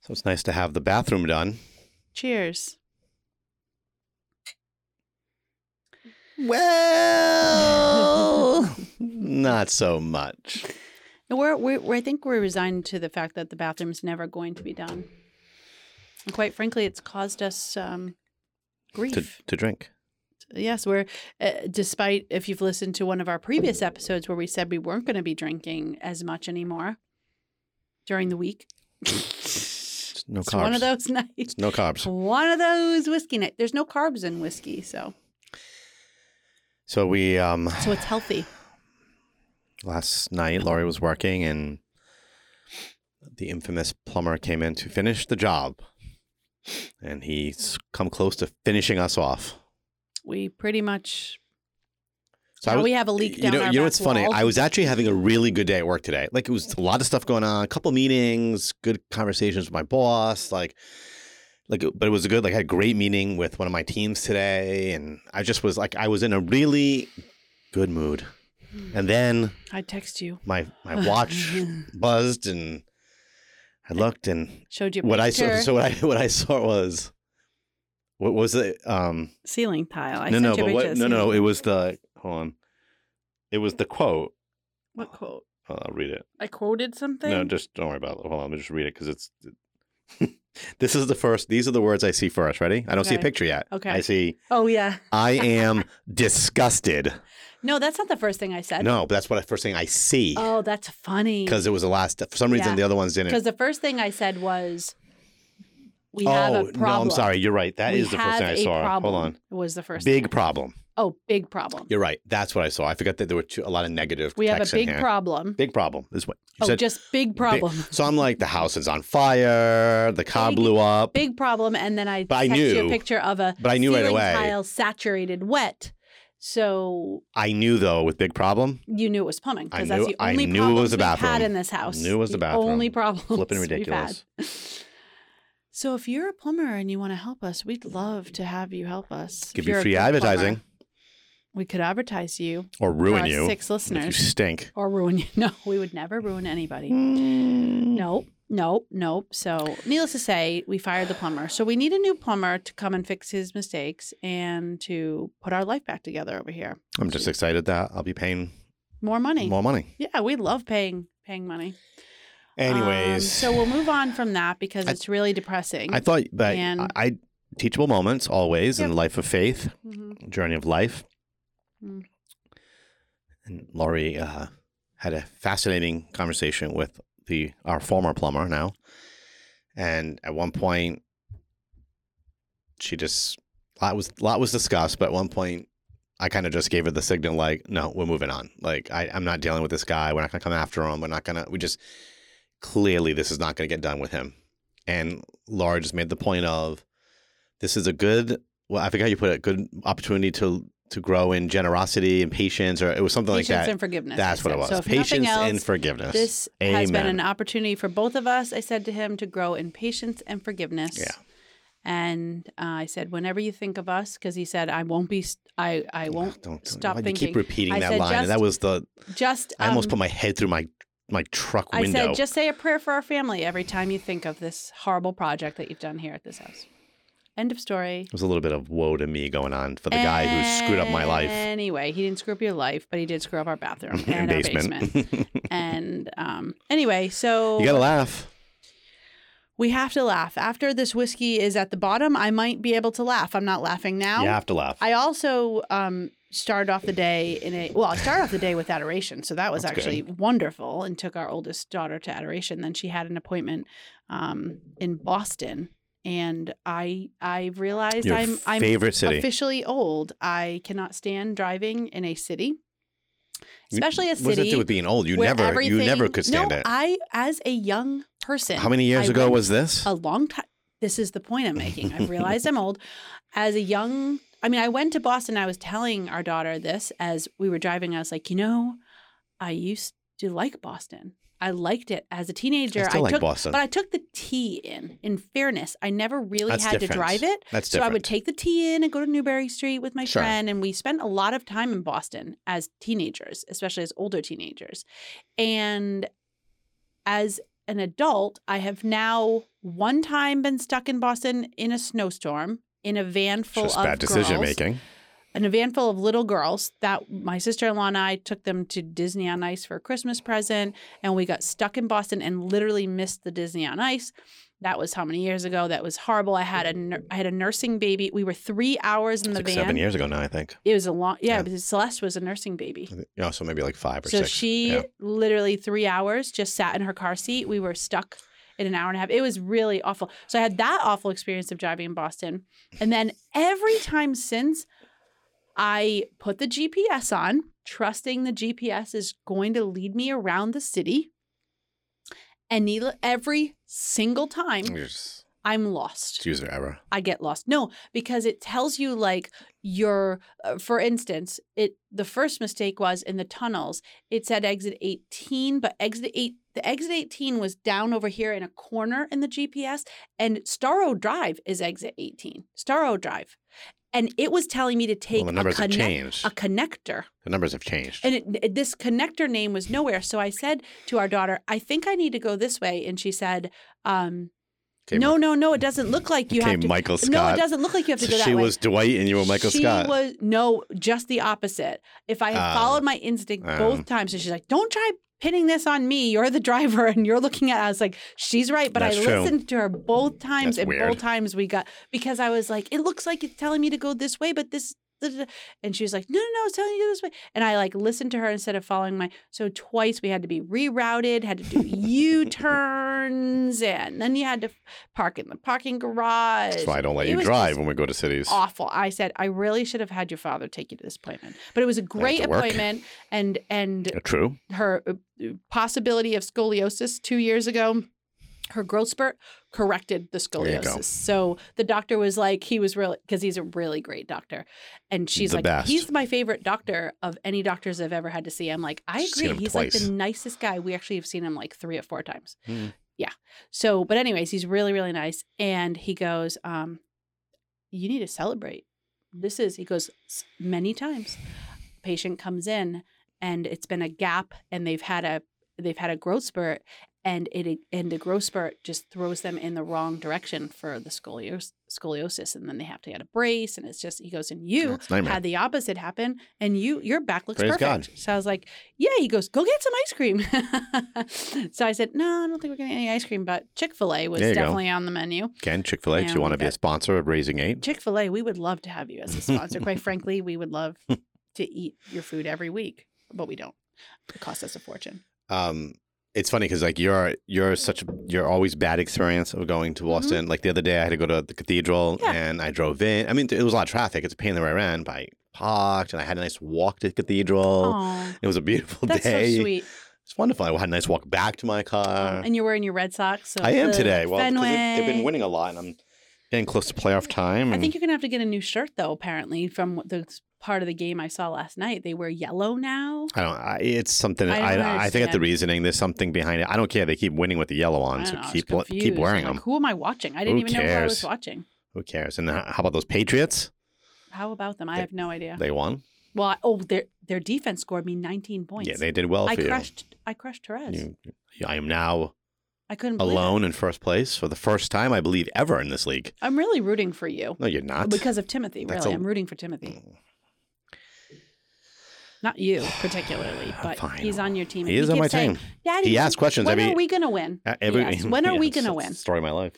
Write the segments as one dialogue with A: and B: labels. A: So it's nice to have the bathroom done.
B: Cheers.
A: Well, not so much.
B: And We're, we're, we're, I think we're resigned to the fact that the bathroom's never going to be done. And quite frankly, it's caused us um, grief.
A: To, to drink.
B: yes, we're, uh, despite if you've listened to one of our previous episodes where we said we weren't going to be drinking as much anymore during the week,
A: It's no
B: it's
A: carbs.
B: one of those nights.
A: no carbs.
B: One of those whiskey nights. There's no carbs in whiskey, so
A: So we um
B: so it's healthy.
A: last night Laurie was working and the infamous plumber came in to finish the job. And he's come close to finishing us off.
B: We pretty much
A: So
B: now we have a leak
A: you
B: down
A: know,
B: our
A: you know
B: back
A: what's funny?
B: wall.
A: I was actually having a really good day at work today. Like it was a lot of stuff going on, a couple meetings, good conversations with my boss, like like but it was good like I had a great meeting with one of my teams today and I just was like I was in a really good mood. And then
B: I text you.
A: my my watch buzzed and I looked and
B: Showed you a
A: what I
B: picture.
A: saw so what I what I saw was what was it um
B: ceiling tile. I
A: no
B: sent
A: no
B: you a
A: but
B: picture
A: what
B: of
A: no
B: ceiling-
A: no it was the hold on it was the quote
B: What quote?
A: Hold on, I'll read it
B: I quoted something.
A: no just don't worry about it hold on let me just read it because it's this is the first these are the words I see first ready I don't see a
B: Okay.
A: picture yet
B: Okay.
A: I see
B: oh yeah.
A: I am disgusted
B: No, that's not the first thing I said.
A: no but that's what I first thing I see
B: Oh, that's funny.
A: because it was the last for some reason
B: Yeah.
A: the other ones didn't
B: Because the first thing I said was, "We
A: oh,
B: have a problem."
A: no, I'm sorry. You're right. That
B: We
A: is the first thing
B: have
A: I
B: a
A: saw.
B: Problem.
A: Hold on.
B: Was the first
A: Big
B: thing.
A: problem.
B: Oh, big problem.
A: You're right. That's what I saw. I forgot that there were two, a lot of negative.
B: we have a
A: text in
B: big
A: here.
B: problem.
A: Big problem. This way. You
B: Oh,
A: said
B: just big
A: big-
B: problem.
A: so I'm like, the house is on fire. The car
B: Big-
A: blew up.
B: Big problem. And then I
A: But I
B: text you
A: knew.
B: a picture of a
A: But I knew right
B: ceiling
A: away.
B: tile saturated wet. So
A: I knew though with big problem,
B: you knew it was plumbing
A: I
B: because that's
A: knew-
B: the
A: I
B: only
A: knew it was the
B: problems we've had
A: bathroom.
B: in this house.
A: Knew it was the bathroom.
B: Only problem.
A: flipping ridiculous.
B: So if you're a plumber and you want to help us, we'd love to have you help us. If
A: Give you
B: you're a
A: free
B: good plumber,
A: advertising
B: we could advertise you
A: or ruin
B: for our
A: you
B: six
A: if you
B: listeners
A: stink.
B: or ruin you. No, we would never ruin
A: Mm.
B: anybody.
A: No.
B: Nope, nope, nope. So, needless to say, we fired the plumber. So, we need a new plumber to come and fix his mistakes and to put our life back together over here.
A: I'm just excited that I'll be paying
B: More money.
A: more money.
B: Yeah, we love paying paying money. Um,
A: Anyways,
B: so we'll move on from that because
A: I-
B: it's really depressing.
A: I thought, but
B: And-
A: I, I teachable moments always in
B: Yep.
A: the life of faith,
B: Mhm.
A: journey of life.
B: Mm.
A: And Laurie uh, had a fascinating conversation with the our former plumber now, and at one point, she just lot was lot was discussed, but at one point. I kind of just gave her the signal, like, no, we're moving on. Like, I, I'm not dealing with this guy. We're not gonna come after him. We're not gonna. We just clearly this is not gonna get done with him. And Laura just made the point of, this is a good well, I forgot how you put it, good opportunity to to grow in generosity and patience, or it was something
B: Patience
A: like that.
B: and forgiveness.
A: That's
B: I
A: what it
B: said.
A: was.
B: So if nothing
A: patience
B: else,
A: and forgiveness.
B: This has been
A: Amen.
B: an opportunity for both of us. I said to him to grow in patience and forgiveness.
A: Yeah.
B: And uh, I said, whenever you think of us, because he said, I won't be, st- I, I won't
A: Don't,
B: stop
A: why do you
B: thinking.
A: keep repeating
B: I
A: that
B: said
A: line. and
B: just-
A: that was the
B: just.
A: I almost
B: um,
A: put my head through my my truck
B: I
A: window.
B: said, just say a prayer for our family every time you think of this horrible project that you've done here at this house. End of story.
A: there was a little bit of woe to me going on for the guy who screwed up my life
B: Anyway, he didn't screw up your life, but he did screw up our bathroom and
A: and
B: our basement. and um, anyway, so
A: you gotta laugh.
B: we have to laugh. After this whiskey is at the bottom, I might be able to laugh. I'm not laughing now.
A: You have to laugh.
B: I also um, started off the day in a well. I started off the day with adoration, so that was
A: That's
B: actually wonderful, and took our oldest daughter to adoration. Then she had an appointment um, in Boston, and I I realized
A: Your
B: I'm I'm
A: favorite city.
B: officially old. I cannot stand driving in a city,
A: You-
B: especially a
A: What does it
B: city
A: do with being old? You
B: where
A: never you never
B: everything-
A: could stand
B: no,
A: it.
B: I as a young person,
A: How many years
B: I
A: ago
B: went
A: was this?
B: a long time. This is the point I'm making. I've realized I'm old. As a young, I mean, I went to Boston. I was telling our daughter this as we were driving. I was like, you know, I used to like Boston. I liked it as a teenager.
A: I still like
B: took,
A: Boston.
B: but I took the T in. In fairness, I never really
A: That's
B: had to
A: different.
B: drive it.
A: That's
B: So
A: different.
B: I would take the T in and go to Newberry Street with my
A: Sure.
B: friend, and we spent a lot of time in Boston as teenagers, especially as older teenagers. And as an adult, I have now one time been stuck in Boston in a snowstorm in a van full
A: Just
B: of
A: bad decision
B: girls,
A: making.
B: in a van full of little girls that my sister-in-law and I took them to Disney on Ice for a Christmas present and we got stuck in Boston and literally missed the Disney on Ice. That was how many years ago? That was horrible. I had a nur- I had a nursing baby. We were 3 hours in the
A: Six,
B: van.
A: seven years ago now, I think.
B: It was a long yeah,
A: Yeah.
B: because Celeste was a nursing baby.
A: I think- Yeah, so maybe like five or
B: Mm-hmm. So
A: six.
B: she
A: Yeah.
B: literally three hours just sat in her car seat. We were stuck in an hour and a half. It was really awful. So I had that awful experience of driving in Boston. And then every time since, I put the GPS on, trusting the GPS is going to lead me around the city. And needle- every single time,
A: You're just
B: I'm lost.
A: it's user error.
B: I get lost. No, because it tells you like your uh, for instance, it the first mistake was in the tunnels. It said exit 18, but exit 8 the exit 18 was down over here in a corner in the GPS and Starro Drive is exit 18. Starro Drive. And it was telling me to take
A: Well, the
B: a,
A: numbers
B: connect-
A: have changed.
B: a connector.
A: The numbers have changed.
B: And it, it- this connector name was nowhere. So I said to our daughter, I think I need to go this way. And she said, um,
A: Came-
B: no, no, no, it doesn't look like you
A: came
B: have to
A: Michael Scott.
B: no, it doesn't look like you have to
A: So
B: go that
A: she
B: way.
A: was Dwight and you were Michael
B: she
A: Scott.
B: was no, just the opposite. If I had
A: Oh.
B: followed my instinct
A: Oh.
B: both times, and she's like, "Don't try pinning this on me. You're the driver, and you're looking at." It. I was like, "She's right," but I
A: That's true.
B: listened to her both times,
A: That's
B: and
A: weird.
B: both times we got because I was like, "It looks like it's telling me to go this way, but this." da, da, da." And she was like, "No, no, no, it's telling you to go this way." And I like listened to her instead of following my. So twice we had to be rerouted, had to do U turns, and then you had to park in the parking garage.
A: That's why I don't let
B: It
A: you
B: was
A: drive
B: just
A: when we go to cities.
B: awful. I said I really should have had your father take you to this appointment, but it was a great
A: to work.
B: appointment, and and
A: Uh, True.
B: her uh, possibility of scoliosis two years ago. Her growth spurt corrected the
A: you go.
B: scoliosis. So the doctor was like, he was really, because he's a really great doctor. And she's
A: The
B: like,
A: best.
B: he's my favorite doctor of any doctors I've ever had to see. I'm like, I
A: Seen
B: agree.
A: him
B: He's like
A: twice.
B: the nicest guy. We actually have seen him like three or four times.
A: Hmm.
B: Yeah. So, but anyways, he's really, really nice. And he goes, um, you need to celebrate. This is, he goes, "S- many times. Patient comes in and it's been a gap and they've had a, they've had a growth spurt and it e, and the growth spurt just throws them in the wrong direction for the scolios- scoliosis and then they have to get a brace and it's just he goes and you
A: It's a nightmare.
B: had the opposite happen and you your back looks
A: Praise
B: perfect.
A: God.
B: So I was like, yeah, he goes, go get some ice cream. so I said, no, I don't think we're getting any ice cream, but Chick-fil-A was
A: There you go.
B: definitely on the menu.
A: Again, Chick fil A, if
B: Yeah,
A: you want to
B: we've
A: be a
B: got-
A: sponsor of Raising Eight,
B: Chick-fil-A, we would love to have you as a sponsor. Quite frankly, we would love to eat your food every week, but we don't. It costs us a fortune.
A: um, it's funny because like you're you're such a, you're always bad experience of going to Boston. Like the other day, I had to go to the cathedral
B: Mm-hmm. Yeah.
A: and I drove in. I mean, it was a lot of traffic. It's a pain in the rear end, but I parked and I had a nice walk to the cathedral.
B: Aw,
A: It was a beautiful
B: that's
A: day.
B: so sweet.
A: It's wonderful. I had a nice walk back to my car.
B: Um, and you're wearing your Red Sox. So
A: I am
B: the
A: today. Well, because they- they've
B: Fenway.
A: been winning a lot, and I'm getting close to playoff time.
B: I think
A: and
B: you're gonna have to get a new shirt though. Apparently, from what- the part of the game I saw last night, they wear yellow now.
A: I don't. I, it's something.
B: I don't
A: I, I, think that's the
B: understand.
A: reasoning. There's something behind it. I don't care. They keep winning with the yellow
B: I
A: on,
B: don't
A: so
B: know, I was
A: keep wa- keep
B: confused.
A: wearing
B: I'm
A: them.
B: like, who am I watching? I didn't
A: Who
B: even know who I was
A: cares?
B: watching.
A: Who cares? And h- how about those Patriots?
B: How about them? I
A: They-
B: have no idea.
A: They won.
B: well, I, oh, their their defense scored me 19 points.
A: Yeah, they did well
B: I
A: for you.
B: crushed. I crushed Perez.
A: you. I am now
B: I couldn't believe it.
A: alone in first place for the first time, I believe, ever in this league.
B: I'm really rooting for you
A: No, you're not.
B: because of Timothy.
A: That's
B: Really,
A: a- Mm.
B: I'm rooting for Timothy. Not you particularly, but
A: Fine.
B: he's on your team. and
A: he is on
B: keeps
A: my
B: saying,
A: team.
B: Daddy,
A: He asks questions
B: when
A: every.
B: are we gonna win?
A: uh, every
B: Yes. When are we
A: Yes,
B: gonna
A: it's
B: win?
A: the Story of my life.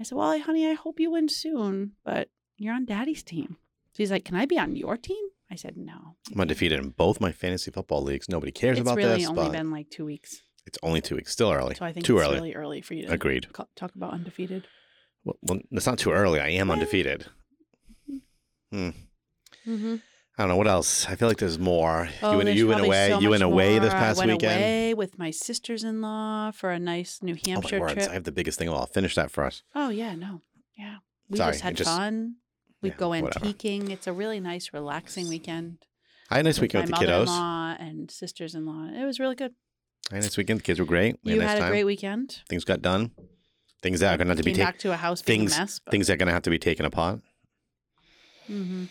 B: I said, Well, honey, I hope you win soon, but you're on daddy's team. She's like, Can I be on your team? I said, No.
A: I'm undefeated in both my fantasy football leagues. Nobody cares
B: It's
A: about
B: really
A: this,
B: only
A: but
B: been like two weeks.
A: it's only two weeks. Still early.
B: So I think
A: Too
B: it's
A: early.
B: really early for you to
A: Agreed.
B: ca- talk about undefeated.
A: Well, well, it's not too early. I am
B: Well-
A: undefeated.
B: Mm-hmm.
A: I don't know what else. I feel like there's more.
B: Oh,
A: you went, you went away. you went away this past
B: I went
A: weekend.
B: away with my sisters in law for a nice New
A: oh my
B: Hampshire
A: words!
B: trip.
A: I have the biggest thing of all. Finish that for us.
B: Oh yeah, no, yeah. We
A: Sorry,
B: just
A: it
B: had
A: just-
B: fun. We
A: yeah,
B: go
A: whatever.
B: antiquing. It's a really nice, relaxing weekend.
A: I had a nice weekend with
B: my
A: the kiddos. I
B: mother-in-law and sisters-in-law. It was really good.
A: had a nice weekend. The kids were great. We
B: you
A: nice
B: had a
A: time.
B: great weekend.
A: Things got done. Things that are going to have to be
B: Came
A: taken.
B: back to a house being
A: things-
B: a mess. mm-hmm.
A: Things that are going to have to be taken apart.
B: hmm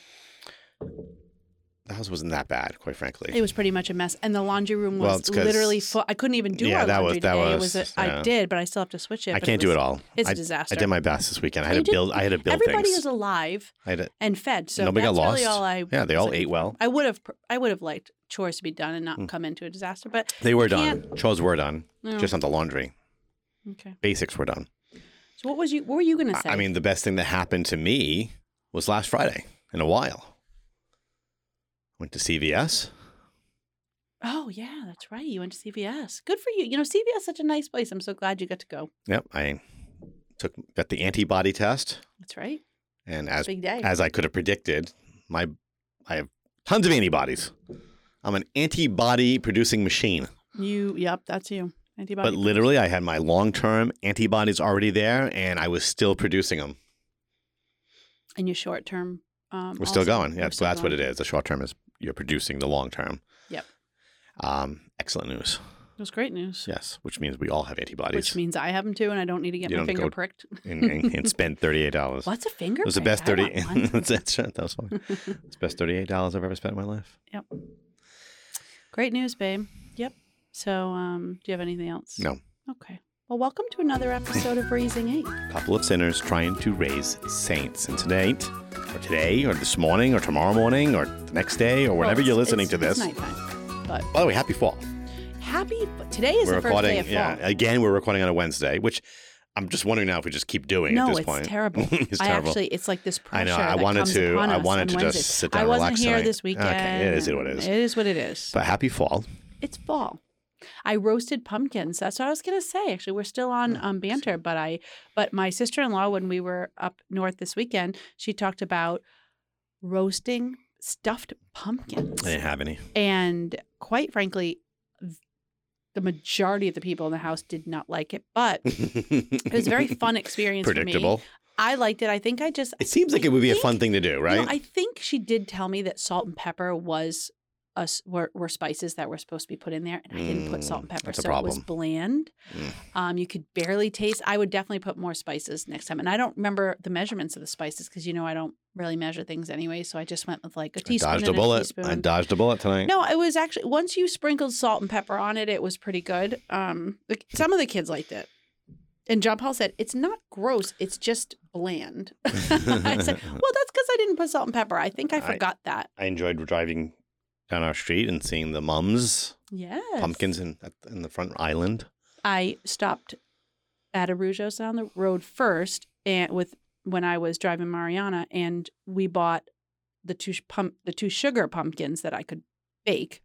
A: the house wasn't that bad, quite frankly.
B: It was pretty much a mess, and the laundry room
A: Well,
B: was
A: it's 'cause-
B: literally full. I couldn't even do
A: Yeah,
B: our
A: that
B: laundry
A: was- that
B: today.
A: was-
B: it was a, I
A: yeah.
B: did, but I still have to switch it.
A: I
B: but
A: can't
B: was-
A: do it all.
B: It's
A: I
B: a disaster.
A: I did my best this weekend. I had
B: You
A: to
B: did-
A: build. I had to build
B: Everybody
A: things.
B: was alive
A: I had to,
B: and fed, so
A: Nobody
B: that's
A: got
B: really
A: lost.
B: all I.
A: yeah, they
B: was
A: all
B: in-
A: ate well.
B: I would have. pr- I would have liked chores to be done and not come into a disaster, but
A: They were
B: can't-
A: done. Chores were done.
B: no.
A: Just not the laundry.
B: okay.
A: Basics were done.
B: So what was you? What were you going to
A: I-
B: say?
A: I mean, the best thing that happened to me was last Friday in a while. Went to CVS.
B: oh yeah, that's right. You went to CVS. Good for you. You know, CVS is such a nice place. I'm so glad you got to go.
A: Yep, I took got the antibody test,
B: That's right.
A: and as
B: Big day.
A: as I could have predicted, my I have tons of antibodies. I'm an antibody producing machine.
B: you. Yep, that's you. Antibody.
A: But literally, I had my long term antibodies already there, and I was still producing them.
B: and your short term. Um,
A: We're still
B: also,
A: going.
B: you're
A: Yeah, so
B: still
A: that's what it
B: going.
A: is. The short term is you're producing the long term.
B: Yep.
A: Um, excellent news.
B: It was great news.
A: Yes, which means we all have antibodies
B: Which means I have them too, and I don't need to get
A: You
B: my
A: don't
B: finger
A: go-
B: pricked.
A: and, and, and spend thirty eight dollars.
B: What's a finger?
A: It was the
B: prick?
A: best
B: I
A: thirty.
B: want one.
A: that's, that's that was fun. It's the best thirty eight dollars I've ever spent in my life.
B: Great news, babe. Yep. So, um, do you have anything else?
A: No.
B: Okay. Well, welcome to another episode of Raising Eight.
A: couple of sinners trying to raise saints. And tonight, or today, or this morning, or tomorrow morning, or the next day, or whenever
B: Well,
A: you're
B: it's-
A: listening
B: it's-
A: to this.
B: It's nighttime. But
A: By the way, happy fall.
B: happy today is
A: we're
B: the first
A: recording.
B: day of fall.
A: Yeah, again, we're recording on a Wednesday, which I'm just wondering now if we just keep doing
B: no,
A: at this
B: it's
A: point.
B: terrible.
A: it's
B: I
A: terrible.
B: actually, it's like this
A: I
B: pressure.
A: know, I
B: that
A: wanted
B: comes
A: to-
B: upon
A: I
B: us
A: wanted
B: on
A: to just
B: Wednesdays.
A: sit down
B: I
A: and
B: wasn't
A: relax
B: here
A: tonight.
B: this weekend.
A: Okay, it is
B: and
A: what it is.
B: It is what it is.
A: but happy fall.
B: It's fall. I roasted pumpkins. That's what I was gonna say. Actually, we're still on
A: Oh,
B: um, banter, but I, but my sister in law, when we were up north this weekend, she talked about roasting stuffed pumpkins,
A: I didn't have any.
B: and quite frankly, th- the majority of the people in the house did not like it. But it
A: it
B: was a very fun experience. for me.
A: predictable.
B: I liked it. I think I just
A: It seems like it would be a
B: think-
A: fun thing to do,
B: you know,
A: right?
B: I think she did tell me that salt and pepper was us were, were spices that were supposed to be put in there, and I didn't put salt and
A: Mm,
B: pepper,
A: that's a
B: so it was
A: problem.
B: bland.
A: Mm.
B: Um, you could barely taste. I would definitely put more spices next time, and I don't remember the measurements of the spices because you know I don't really measure things anyway. So I just went with like a
A: I
B: teaspoon
A: dodged a
B: and
A: bullet.
B: a teaspoon.
A: I dodged a bullet tonight.
B: No, it was actually once you sprinkled salt and pepper on it, it was pretty good. Um, the- some of the kids liked it. And John Paul said, "It's not gross. It's just bland." I said, "Well, that's because I didn't put salt and pepper. I think I
A: I-
B: forgot that."
A: I enjoyed driving down our street and seeing the mums,
B: Yes,
A: pumpkins in, at- in the front island.
B: I stopped at Arujo's down the road first, and with when I was driving Mariana, and we bought the two sh- pump the two sugar pumpkins that I could bake.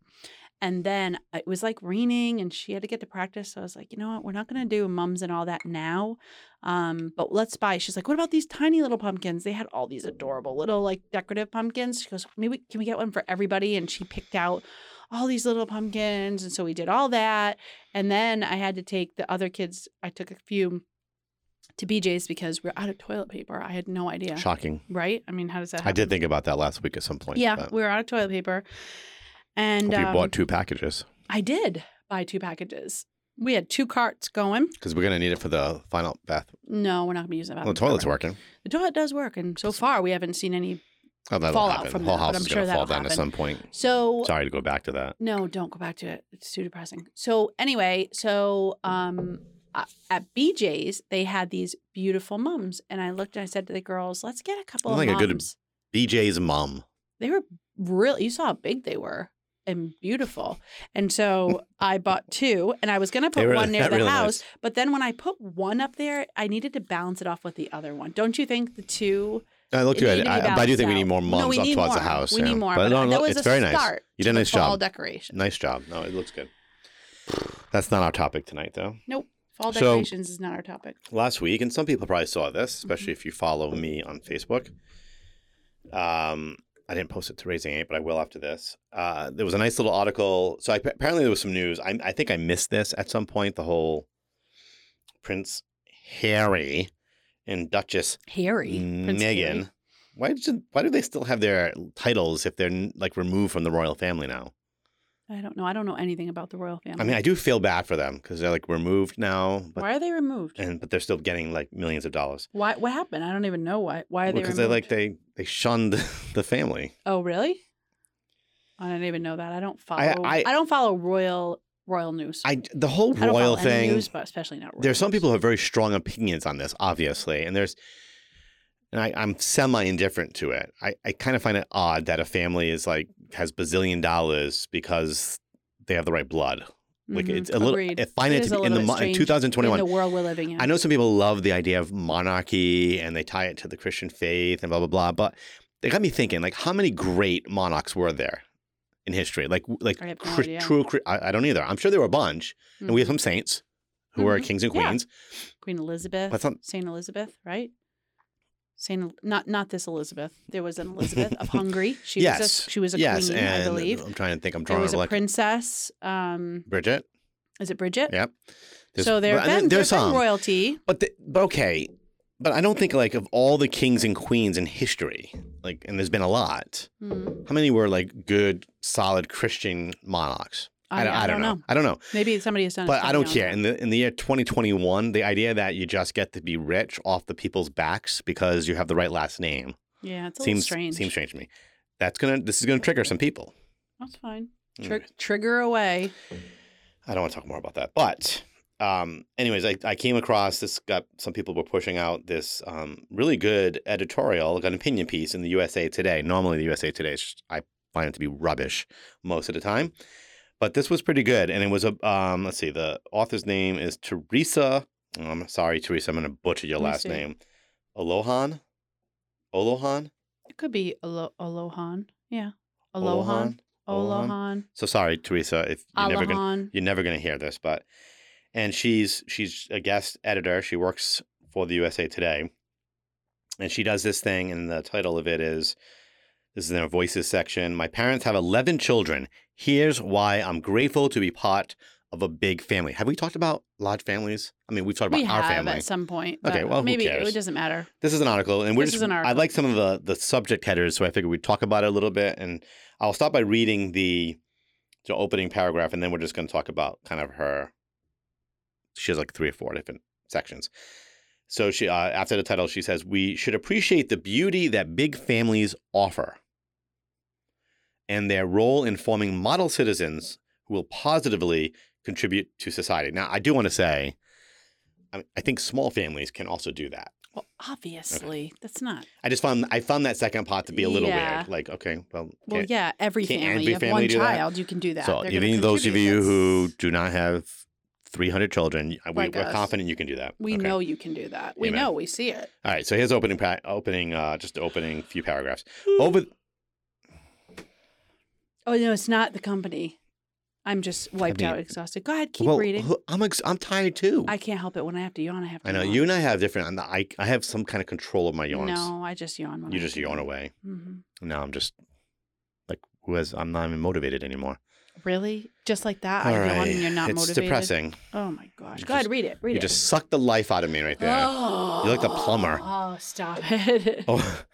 B: And then uh, it was like raining, and she had to get to practice. So I was like, you know what, we're not gonna do mums and all that now, um, but let's buy. She's like, what about these tiny little pumpkins? They had all these adorable little like decorative pumpkins. She goes, maybe can we get one for everybody? And she picked out all these little pumpkins, and so we did all that. And then I had to take the other kids. I took a few to BJ's because we're out of toilet paper. I had no idea,
A: Shocking.
B: right? I mean, how does that? happen?
A: I did think about that last week at some point.
B: Yeah,
A: but
B: we were out of toilet paper, and
A: we
B: um,
A: bought two packages
B: I did buy two packages. We had two carts going.
A: because we're gonna need it for the final bath.
B: No, we're not going to use that.
A: Well, the toilet's
B: work.
A: working.
B: The toilet does work, and so far we haven't seen any.
A: Oh, that'll
B: Fallout
A: happen.
B: from
A: the whole
B: that, but
A: house
B: I'm
A: is
B: sure
A: gonna fall
B: that'll
A: down at
B: happen.
A: some point.
B: So
A: Sorry to go back to that.
B: no, don't go back to it. It's too depressing. So anyway, so um, uh, at BJ's they had these beautiful mums, and I looked and I said to the girls, "Let's get a couple
A: I
B: of
A: think
B: mums."
A: a good- BJ's mom.
B: they were really you saw how big they were and beautiful and so i bought two and i was going to
A: They
B: put
A: were
B: one near the
A: really
B: house
A: nice.
B: but then when i put one up there i needed to balance it off with the other one don't you think the two
A: I looked
B: it
A: Oh, good.
B: needed to be
A: I, but I do
B: balanced
A: think we need
B: out.
A: more moms
B: no, we
A: up
B: need
A: towards
B: more.
A: the house.
B: we
A: yeah.
B: need more
A: But
B: but,
A: no,
B: that
A: no,
B: was
A: it's
B: a
A: very nice.
B: start
A: You did a
B: to the
A: nice
B: fall
A: job.
B: decoration
A: Nice job. No, it looks good. That's not our topic tonight, though.
B: fall
A: So-
B: decorations is not our topic
A: last week, and some people probably saw this,
B: Mm-hmm.
A: especially if you follow me on Facebook. Um, I didn't post it to Raising Eight, but I will after this. Uh, there was a nice little article. So I, apparently there was some news. I, I think I missed this at some point. The whole Prince Harry and Duchess
B: harry Prince
A: Meghan.
B: Harry.
A: Why did why do they still have their titles if they're like removed from the royal family now?
B: i don't know i don't know anything about the royal family
A: I mean, I do feel bad for them because they're like removed now, but
B: why are they removed
A: and but they're still getting like millions of dollars.
B: why what happened i don't even know why why are they
A: because
B: removed?
A: they like they they shunned the family.
B: oh really I didn't even know that. I don't follow.
A: I-
B: I,
A: I-
B: don't follow royal royal news.
A: I the whole
B: I don't
A: royal
B: follow any
A: thing.
B: news, but especially not royal.
A: there's some
B: news.
A: people who have very strong opinions on this, obviously, and there's, and I, I'm semi indifferent to it. I, I kind of find it odd that a family is like has bazillion dollars because they have the right blood. Like
B: Mhm.
A: it's a little.
B: Agreed.
A: I find
B: It
A: it,
B: is
A: to
B: a
A: be in the
B: little bit
A: mo- in
B: strange
A: 2021.
B: in the world we're living in.
A: I know some people love the idea of monarchy and they tie it to the Christian faith and blah blah blah, but it got me thinking like how many great monarchs were there in history? Like like
B: I have no
A: Chris-
B: idea.
A: true Chri- I, I don't either. I'm sure there were a bunch, and we have
B: Mhm.
A: some saints who were
B: Mhm.
A: kings and
B: Yeah.
A: queens.
B: Queen Elizabeth,
A: But some-
B: Saint Elizabeth, right? Saint El- not not this Elizabeth. There was an Elizabeth of Hungary. She was
A: yes,
B: a, she was a
A: yes,
B: queen,
A: and
B: I believe.
A: I'm trying to think. I'm
B: There
A: drawing
B: was
A: a
B: a
A: blank.
B: princess. Um,
A: Bridget.
B: is it Bridget?
A: Yep. There's-
B: so there
A: but-
B: have
A: and then
B: been, there
A: there's
B: have been
A: some,
B: royalty.
A: but the, but okay, but I don't think like of all the kings and queens in history, like and there's been a lot.
B: Mm.
A: How many were like good, solid Christian monarchs?
B: I,
A: I,
B: I don't know.
A: I don't know.
B: Maybe somebody has done. a
A: But I don't
B: study
A: care.
B: on
A: In the in the year 2021, the idea that you just get to be rich off the people's backs because you have the right last name
B: that. Yeah, it's a little
A: seems
B: strange.
A: seems strange to me. That's gonna this is gonna trigger some people.
B: That's fine.
A: Mm.
B: Trig- Trigger away.
A: I don't want to talk more about that. But um, anyways, I, I came across this got some people were pushing out this um, really good editorial, like an opinion piece in the USA Today. Normally the USA Today is just- I find it to be rubbish most of the time. But this was pretty good. And it was a um, let's see, the author's name is Teresa. oh, I'm sorry, Teresa, I'm gonna butcher your
B: Let me
A: last
B: see.
A: name. Alohan? Olohan?
B: It could be Alo- Alohan. Yeah. Alohan.
A: Alohan?
B: Alohan.
A: So sorry, Teresa, if you're never gonna
B: Alohan.
A: you're never going to hear this but and she's she's a guest editor she works for the usa today and she does this thing and the title of it is this is in her voices section my parents have 11 children here's why i'm grateful to be part of a big family have we talked about large families i mean we've talked about
B: We
A: our
B: have
A: family
B: at some point. but
A: Okay, well, who
B: maybe
A: cares?
B: it doesn't matter.
A: this is an article, and we're
B: This
A: just.
B: is an
A: I
B: article.
A: like some of the the subject headers, so I figured we'd talk about it a little bit, and I'll start by reading the the opening paragraph, and then we're just going to talk about kind of her. She has like three or four different sections. So she, uh, after the title, she says, "We should appreciate the beauty that big families offer, and their role in forming model citizens who will positively contribute to society." Now, I do want to say, I, I think small families can also do that.
B: Well, obviously, that's not.
A: I just found I found that second part to be a little
B: Yeah.
A: weird. Like, okay, well,
B: Well,
A: can't-
B: yeah, every
A: can't
B: family.
A: every
B: you have
A: family
B: one
A: do that?
B: child, you can do that.
A: so
B: They're gonna
A: even those of
B: contribute.
A: you who
B: That's-
A: do not have 300 children, I- we,
B: Like
A: we're
B: us.
A: confident you can do that.
B: We
A: Okay.
B: know you can do that. We
A: Amen.
B: know. We see it.
A: All right, so here's opening pa- opening uh, just opening few paragraphs. Over
B: Oh, no, it's not the company. I'm just wiped
A: mean-
B: out, exhausted. Go ahead, keep
A: well,
B: reading.
A: who- I'm ex- I'm tired too.
B: I can't help it. When I have to yawn, I have to
A: I know
B: yawn.
A: you and I have different. I'm not- I I have some kind of control of my yawns.
B: No, I just yawn. When
A: you
B: I
A: just
B: have to
A: yawn away.
B: Mhm.
A: Now I'm just like who has I'm not even motivated anymore.
B: Really? Just like that?
A: All
B: I
A: right,
B: yawn and you're not
A: it's
B: motivated?
A: depressing.
B: Oh, my gosh.
A: You
B: Go ahead,
A: just-
B: read it. Read
A: You
B: it.
A: just sucked the life out of me right there.
B: Oh,
A: You're like the plumber.
B: Oh, stop it.
A: Oh.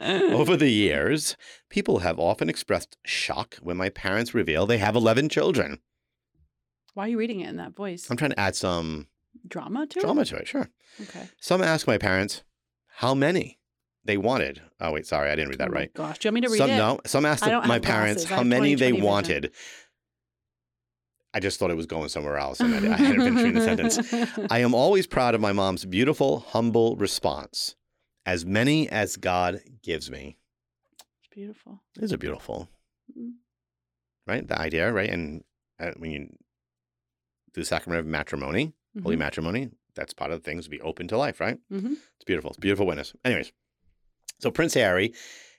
A: Over the years, people have often expressed shock when my parents reveal they have 11 children.
B: Why are you reading it in that voice?
A: I'm trying to add some
B: Drama to
A: Um, drama
B: it?
A: to it, sure.
B: Okay.
A: Some ask my parents how many they wanted. Oh, wait, sorry, I didn't read that
B: oh
A: right.
B: My gosh, do you want me to read
A: some,
B: it?
A: No, some asked
B: I don't
A: my
B: have
A: parents
B: glasses. I
A: how
B: have
A: many they
B: 20/20 vision.
A: wanted. I just thought it was going somewhere else, and I, I hadn't finished reading the sentence. I am always proud of my mom's beautiful, humble response as many as God gives me.
B: It's beautiful.
A: These are beautiful,
B: Mm.
A: right? The idea, right? And uh, when you do the sacrament of matrimony, holy
B: Mhm.
A: matrimony, that's part of the things to be open to life, right?
B: Mhm.
A: It's beautiful. It's a beautiful witness. Anyways, so Prince Harry,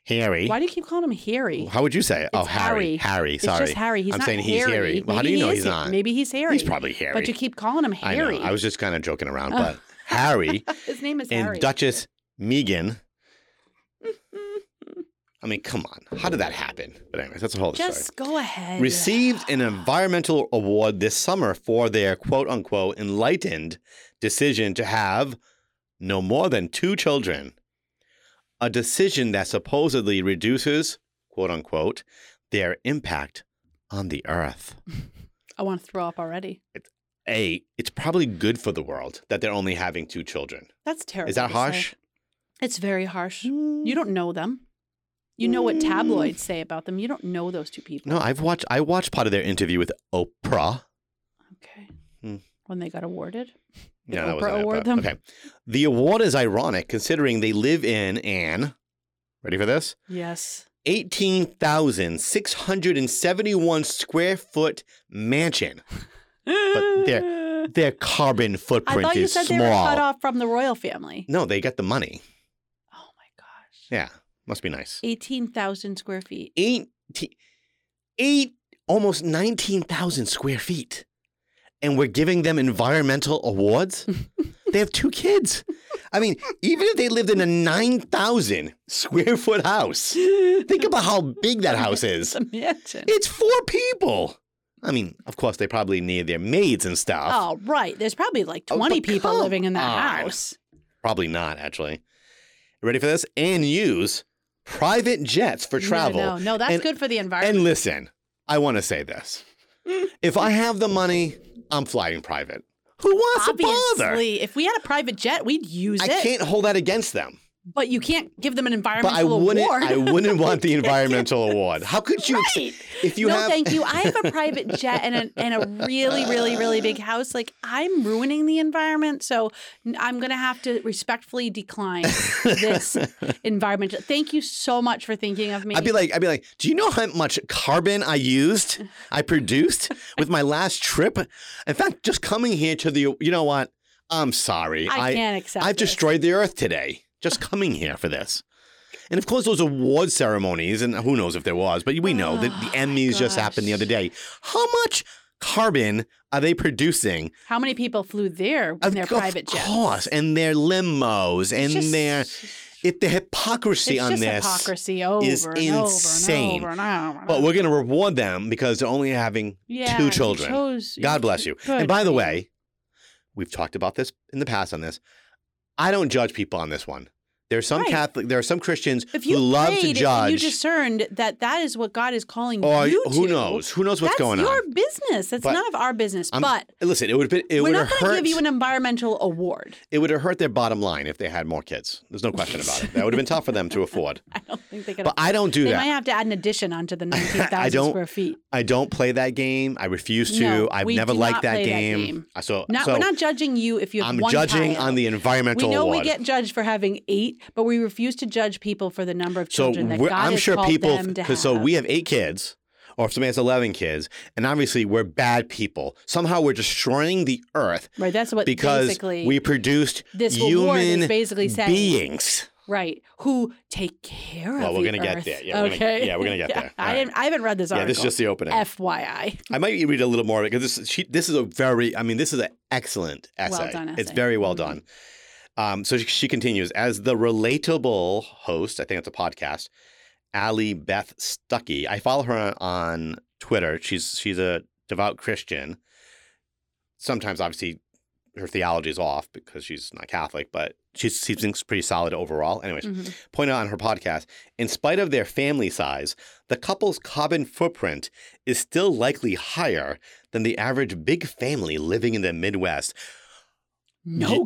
A: Harry,
B: Why do you keep calling him Harry?
A: how would you say? it? oh,
B: It's
A: Harry,
B: Harry.
A: Harry.
B: It's
A: Sorry,
B: just Harry. He's
A: I'm
B: not
A: saying he's
B: Harry.
A: Harry. Well, how do
B: Maybe
A: you
B: he
A: know
B: is
A: he's
B: Ha-
A: not?
B: Maybe he's Harry.
A: he's probably Harry.
B: But you keep calling him
A: I
B: Harry.
A: know. I was just kind of joking around,
B: Oh.
A: but Harry
B: His name is
A: and
B: Harry.
A: Duchess Megan.
B: Mm,
A: I mean, come on. How did that happen? But anyways, that's a whole other story.
B: Just go ahead.
A: Oh, received an environmental award this summer for their quote unquote enlightened decision to have no more than two children. A decision that supposedly reduces, quote unquote, their impact on the earth.
B: I want to throw up already.
A: A, it's probably good for the world that they're only having two children.
B: That's terrible.
A: Is that Mm.
B: to say.
A: harsh?
B: It's very harsh.
A: You
B: You don't know them. You know what tabloids say about them. You don't know those two people.
A: No, I've watched. I watched part of their interview with Oprah.
B: Okay.
A: Hmm.
B: When they got awarded. Did
A: no, that
B: Oprah
A: wasn't it,
B: award
A: but-
B: them?
A: Okay. The award is ironic considering they live in an. Ready for this?
B: Yes.
A: 18,671 square foot mansion. But Their carbon
B: I
A: footprint
B: thought you
A: is
B: said
A: small.
B: they were cut off from the royal family.
A: No, they got the money.
B: Oh my gosh.
A: Yeah, must be nice.
B: 18,000 square feet.
A: 18, eight, almost 19,000 square feet. And we're giving them environmental awards? they have two kids. I mean, even if they lived in a 9,000 square foot house, think about how big that house is.
B: It's a mansion.
A: It's four people. I mean, of course, they probably need their maids and stuff.
B: Oh, right. There's probably like
A: Oh,
B: 20
A: but
B: people
A: come
B: living in that
A: on.
B: house.
A: Probably not, actually. Ready for this? And use private jets for
B: No,
A: travel.
B: No, no, that's
A: And-
B: good for the
A: And
B: environment.
A: listen, I want to say this. if I have the money, I'm flying private. Who wants to bother?
B: Obviously, if we had a private jet, we'd use
A: I
B: it.
A: can't hold that against them.
B: But you can't give them an
A: But
B: environmental
A: I wouldn't
B: award.
A: I wouldn't want the environmental award. How could you ex-
B: Right.
A: if you
B: no,
A: have
B: thank you. I have a private jet and a, and a really, really, really big house. Like I'm ruining the environment, so n- I'm gonna have to respectfully decline this environment. Thank you so much for thinking of me.
A: I'd be like, I'd be like, do you know how much carbon I used, I produced with my last trip? In fact, just coming here to the, you know what? I'm sorry.
B: I, can't accept.
A: I've
B: this.
A: destroyed the earth today. Just coming here for this. And of course, those award ceremonies, and who knows if there was, but we know that
B: Oh,
A: the
B: my
A: Emmys just happened the
B: gosh.
A: other day. How much carbon are they producing?
B: How many people flew there in
A: Of-
B: their
A: of
B: private jet?
A: course, and their limos, and
B: just-
A: their it, the hypocrisy
B: it's
A: on
B: just
A: this.
B: hypocrisy over
A: is
B: and over and
A: insane.
B: over and over and
A: But
B: over.
A: we're going to reward them because they're only having
B: yeah,
A: two
B: you
A: children.
B: chose- you-
A: God bless you.
B: good
A: and by the
B: for you.
A: way, we've talked about this in the past on this. I don't judge people on this one. There are some
B: Right.
A: Catholic, there are some Christians
B: if
A: who
B: you
A: love to
B: prayed
A: judge,
B: and you discerned that that is what God is calling
A: or
B: you
A: who
B: to,
A: knows, who knows what's
B: that's
A: going
B: your
A: on.
B: business. That's
A: But
B: none of our business.
A: I'm-
B: but
A: Listen, it would have been, it would
B: we're not
A: have
B: going to
A: hurt.
B: give you an environmental award.
A: it would have hurt their bottom line if they had more kids. There's no question about it. That would have been tough for them to afford.
B: I don't think they could.
A: But I don't do
B: they
A: that.
B: might have to add an addition onto the nineteen
A: I
B: thousand
A: don't-
B: square feet.
A: I don't play that game. I refuse to.
B: No,
A: I've
B: we
A: never
B: do
A: liked
B: not
A: that
B: play that
A: game.
B: game.
A: I So,
B: Not,
A: so
B: we're not judging you if you have
A: I'm
B: one
A: judging
B: child.
A: on the
B: We
A: environmental
B: know
A: award.
B: we get judged for having eight, but we refuse to judge people for the number of
A: so
B: children that
A: we're-
B: God
A: I'm
B: has
A: sure
B: called
A: people,
B: them to have.
A: because so we have eight kids, or if somebody has 11 kids, and obviously we're bad people. Somehow we're destroying the earth
B: right. That's what
A: because
B: basically
A: we produced
B: this award is
A: human
B: basically saying
A: beings.
B: right who take care
A: Well,
B: of.
A: we're
B: the
A: gonna get
B: earth.
A: there. Yeah, we're
B: okay.
A: gonna- yeah, we're gonna get there. All right.
B: I didn't. I haven't read this
A: Yeah,
B: article.
A: this is just the opening.
B: FYI.
A: I might read a little more because this she, this is a very I mean this is an excellent essay.
B: done
A: It's
B: essay.
A: very well
B: Mhm.
A: done. Um, so she, she continues as the relatable host. I think it's a podcast. Ali Beth Stuckey. I follow her on Twitter. She's she's a devout Christian. Sometimes, obviously, her theology is off because she's not Catholic, but she seems pretty solid overall. Anyways,
B: Mhm.
A: point out on her podcast, in spite of their family size, the couple's carbon footprint is still likely higher than the average big family living in the Midwest.
B: No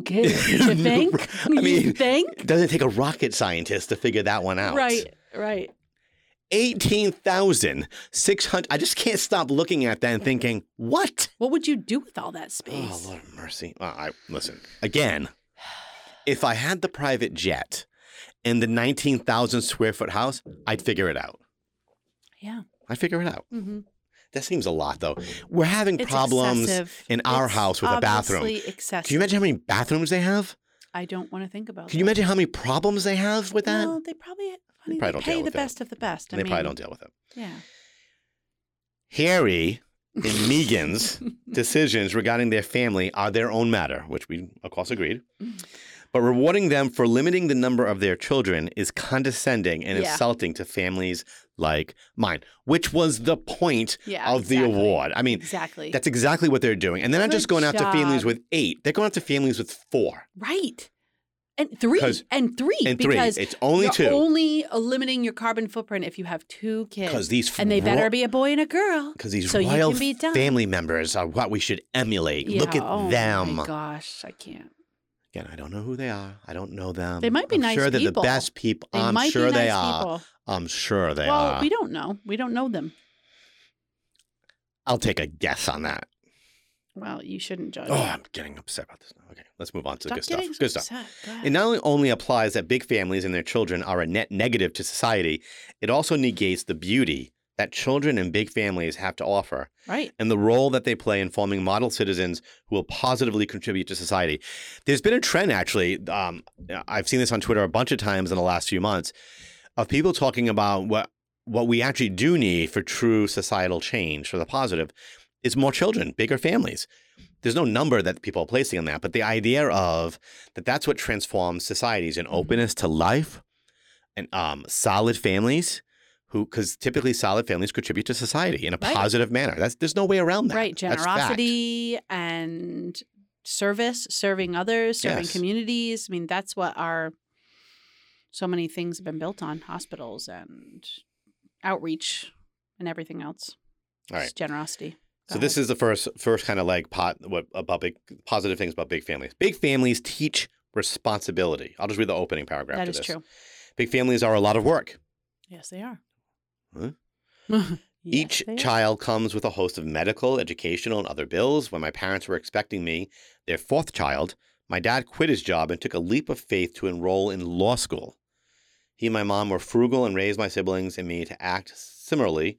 B: kidding. You think?
A: I mean-
B: you think?
A: It doesn't take a rocket scientist to figure that one out.
B: Right, right.
A: 18,600. I just can't stop looking at that and thinking, what?
B: What would you do with all that space?
A: Oh, Lord have mercy. Uh, I, listen, again, if I had the private jet and the 19,000 square foot house, I'd figure it out.
B: yeah.
A: I'd figure it out.
B: Mm-hmm.
A: That seems a lot, though. We're having problems in our house with a bathroom.
B: Excessive.
A: Can you imagine how many bathrooms they have?
B: I don't want to think about.
A: Can you
B: that.
A: imagine how many problems they have with that?
B: Well, they probably. I
A: They probably
B: mean, they,
A: don't deal
B: pay the
A: with it.
B: best of the best. I
A: they probably
B: mean,
A: don't deal with it.
B: Yeah.
A: Harry and Megan's decisions regarding their family are their own matter, which we, of course, agreed.
B: Mm-hmm.
A: But rewarding them for limiting the number of their children is condescending and
B: Yeah.
A: insulting to families like mine, which was the point
B: Yeah.
A: of the
B: exactly.
A: award. I mean,
B: Exactly.
A: that's exactly what they're doing. And they're not
B: Good
A: just going out to families
B: job.
A: with eight, they're going out to families with four.
B: right. And three.
A: 'Cause-
B: And three.
A: and three.
B: because
A: It's only
B: you're
A: two
B: only limiting your carbon footprint if you have two
A: because
B: kids,
A: these
B: and they
A: ro-
B: better be a boy and a girl.
A: because these
B: so you
A: royal
B: can be done.
A: family members are what we should emulate. Look
B: Yeah,
A: at
B: oh
A: them.
B: My gosh, I can't.
A: Again, I don't know who they are. I don't know them.
B: They might be
A: I'm
B: nice
A: sure they're the
B: people.
A: best people.
B: They
A: I'm
B: might
A: sure
B: be nice
A: they are.
B: people.
A: I'm sure they
B: well,
A: are.
B: we don't know. We don't know them.
A: I'll take a guess on that.
B: Well, you shouldn't judge.
A: Oh, I'm getting upset about this now. Okay, let's move on to the
B: Stop
A: good stuff.
B: getting
A: Good stuff.
B: upset. God.
A: It not only- only applies that big families and their children are a net negative to society, it also negates the beauty that children and big families have to offer
B: right.
A: and the role that they play in forming model citizens who will positively contribute to society. There's been a trend, actually. Um, I've seen this on Twitter a bunch of times in the last few months of people talking about what what we actually do need for true societal change for the positive is more children, bigger families. There's no number that people are placing on that, but the idea of that that's what transforms societies an openness to life and um, solid families who because typically solid families contribute to society in a
B: Right.
A: positive manner. That's there's no way around that.
B: Right.
A: That's fact.
B: Generosity and service, serving others, serving
A: Yes.
B: communities. I mean, that's what our so many things have been built on hospitals and outreach and everything else.
A: All right.
B: It's generosity.
A: So this is the first first kind of like pot what about big positive things about big families. Big families teach responsibility. I'll just read the opening paragraph.
B: that
A: to
B: is
A: this.
B: true.
A: Big families are a lot of work.
B: Yes, they are.
A: Huh?
B: Yes,
A: Each
B: they are.
A: child comes with a host of medical, educational, and other bills. When my parents were expecting me, their fourth child, my dad quit his job and took a leap of faith to enroll in law school. He and my mom were frugal and raised my siblings and me to act similarly.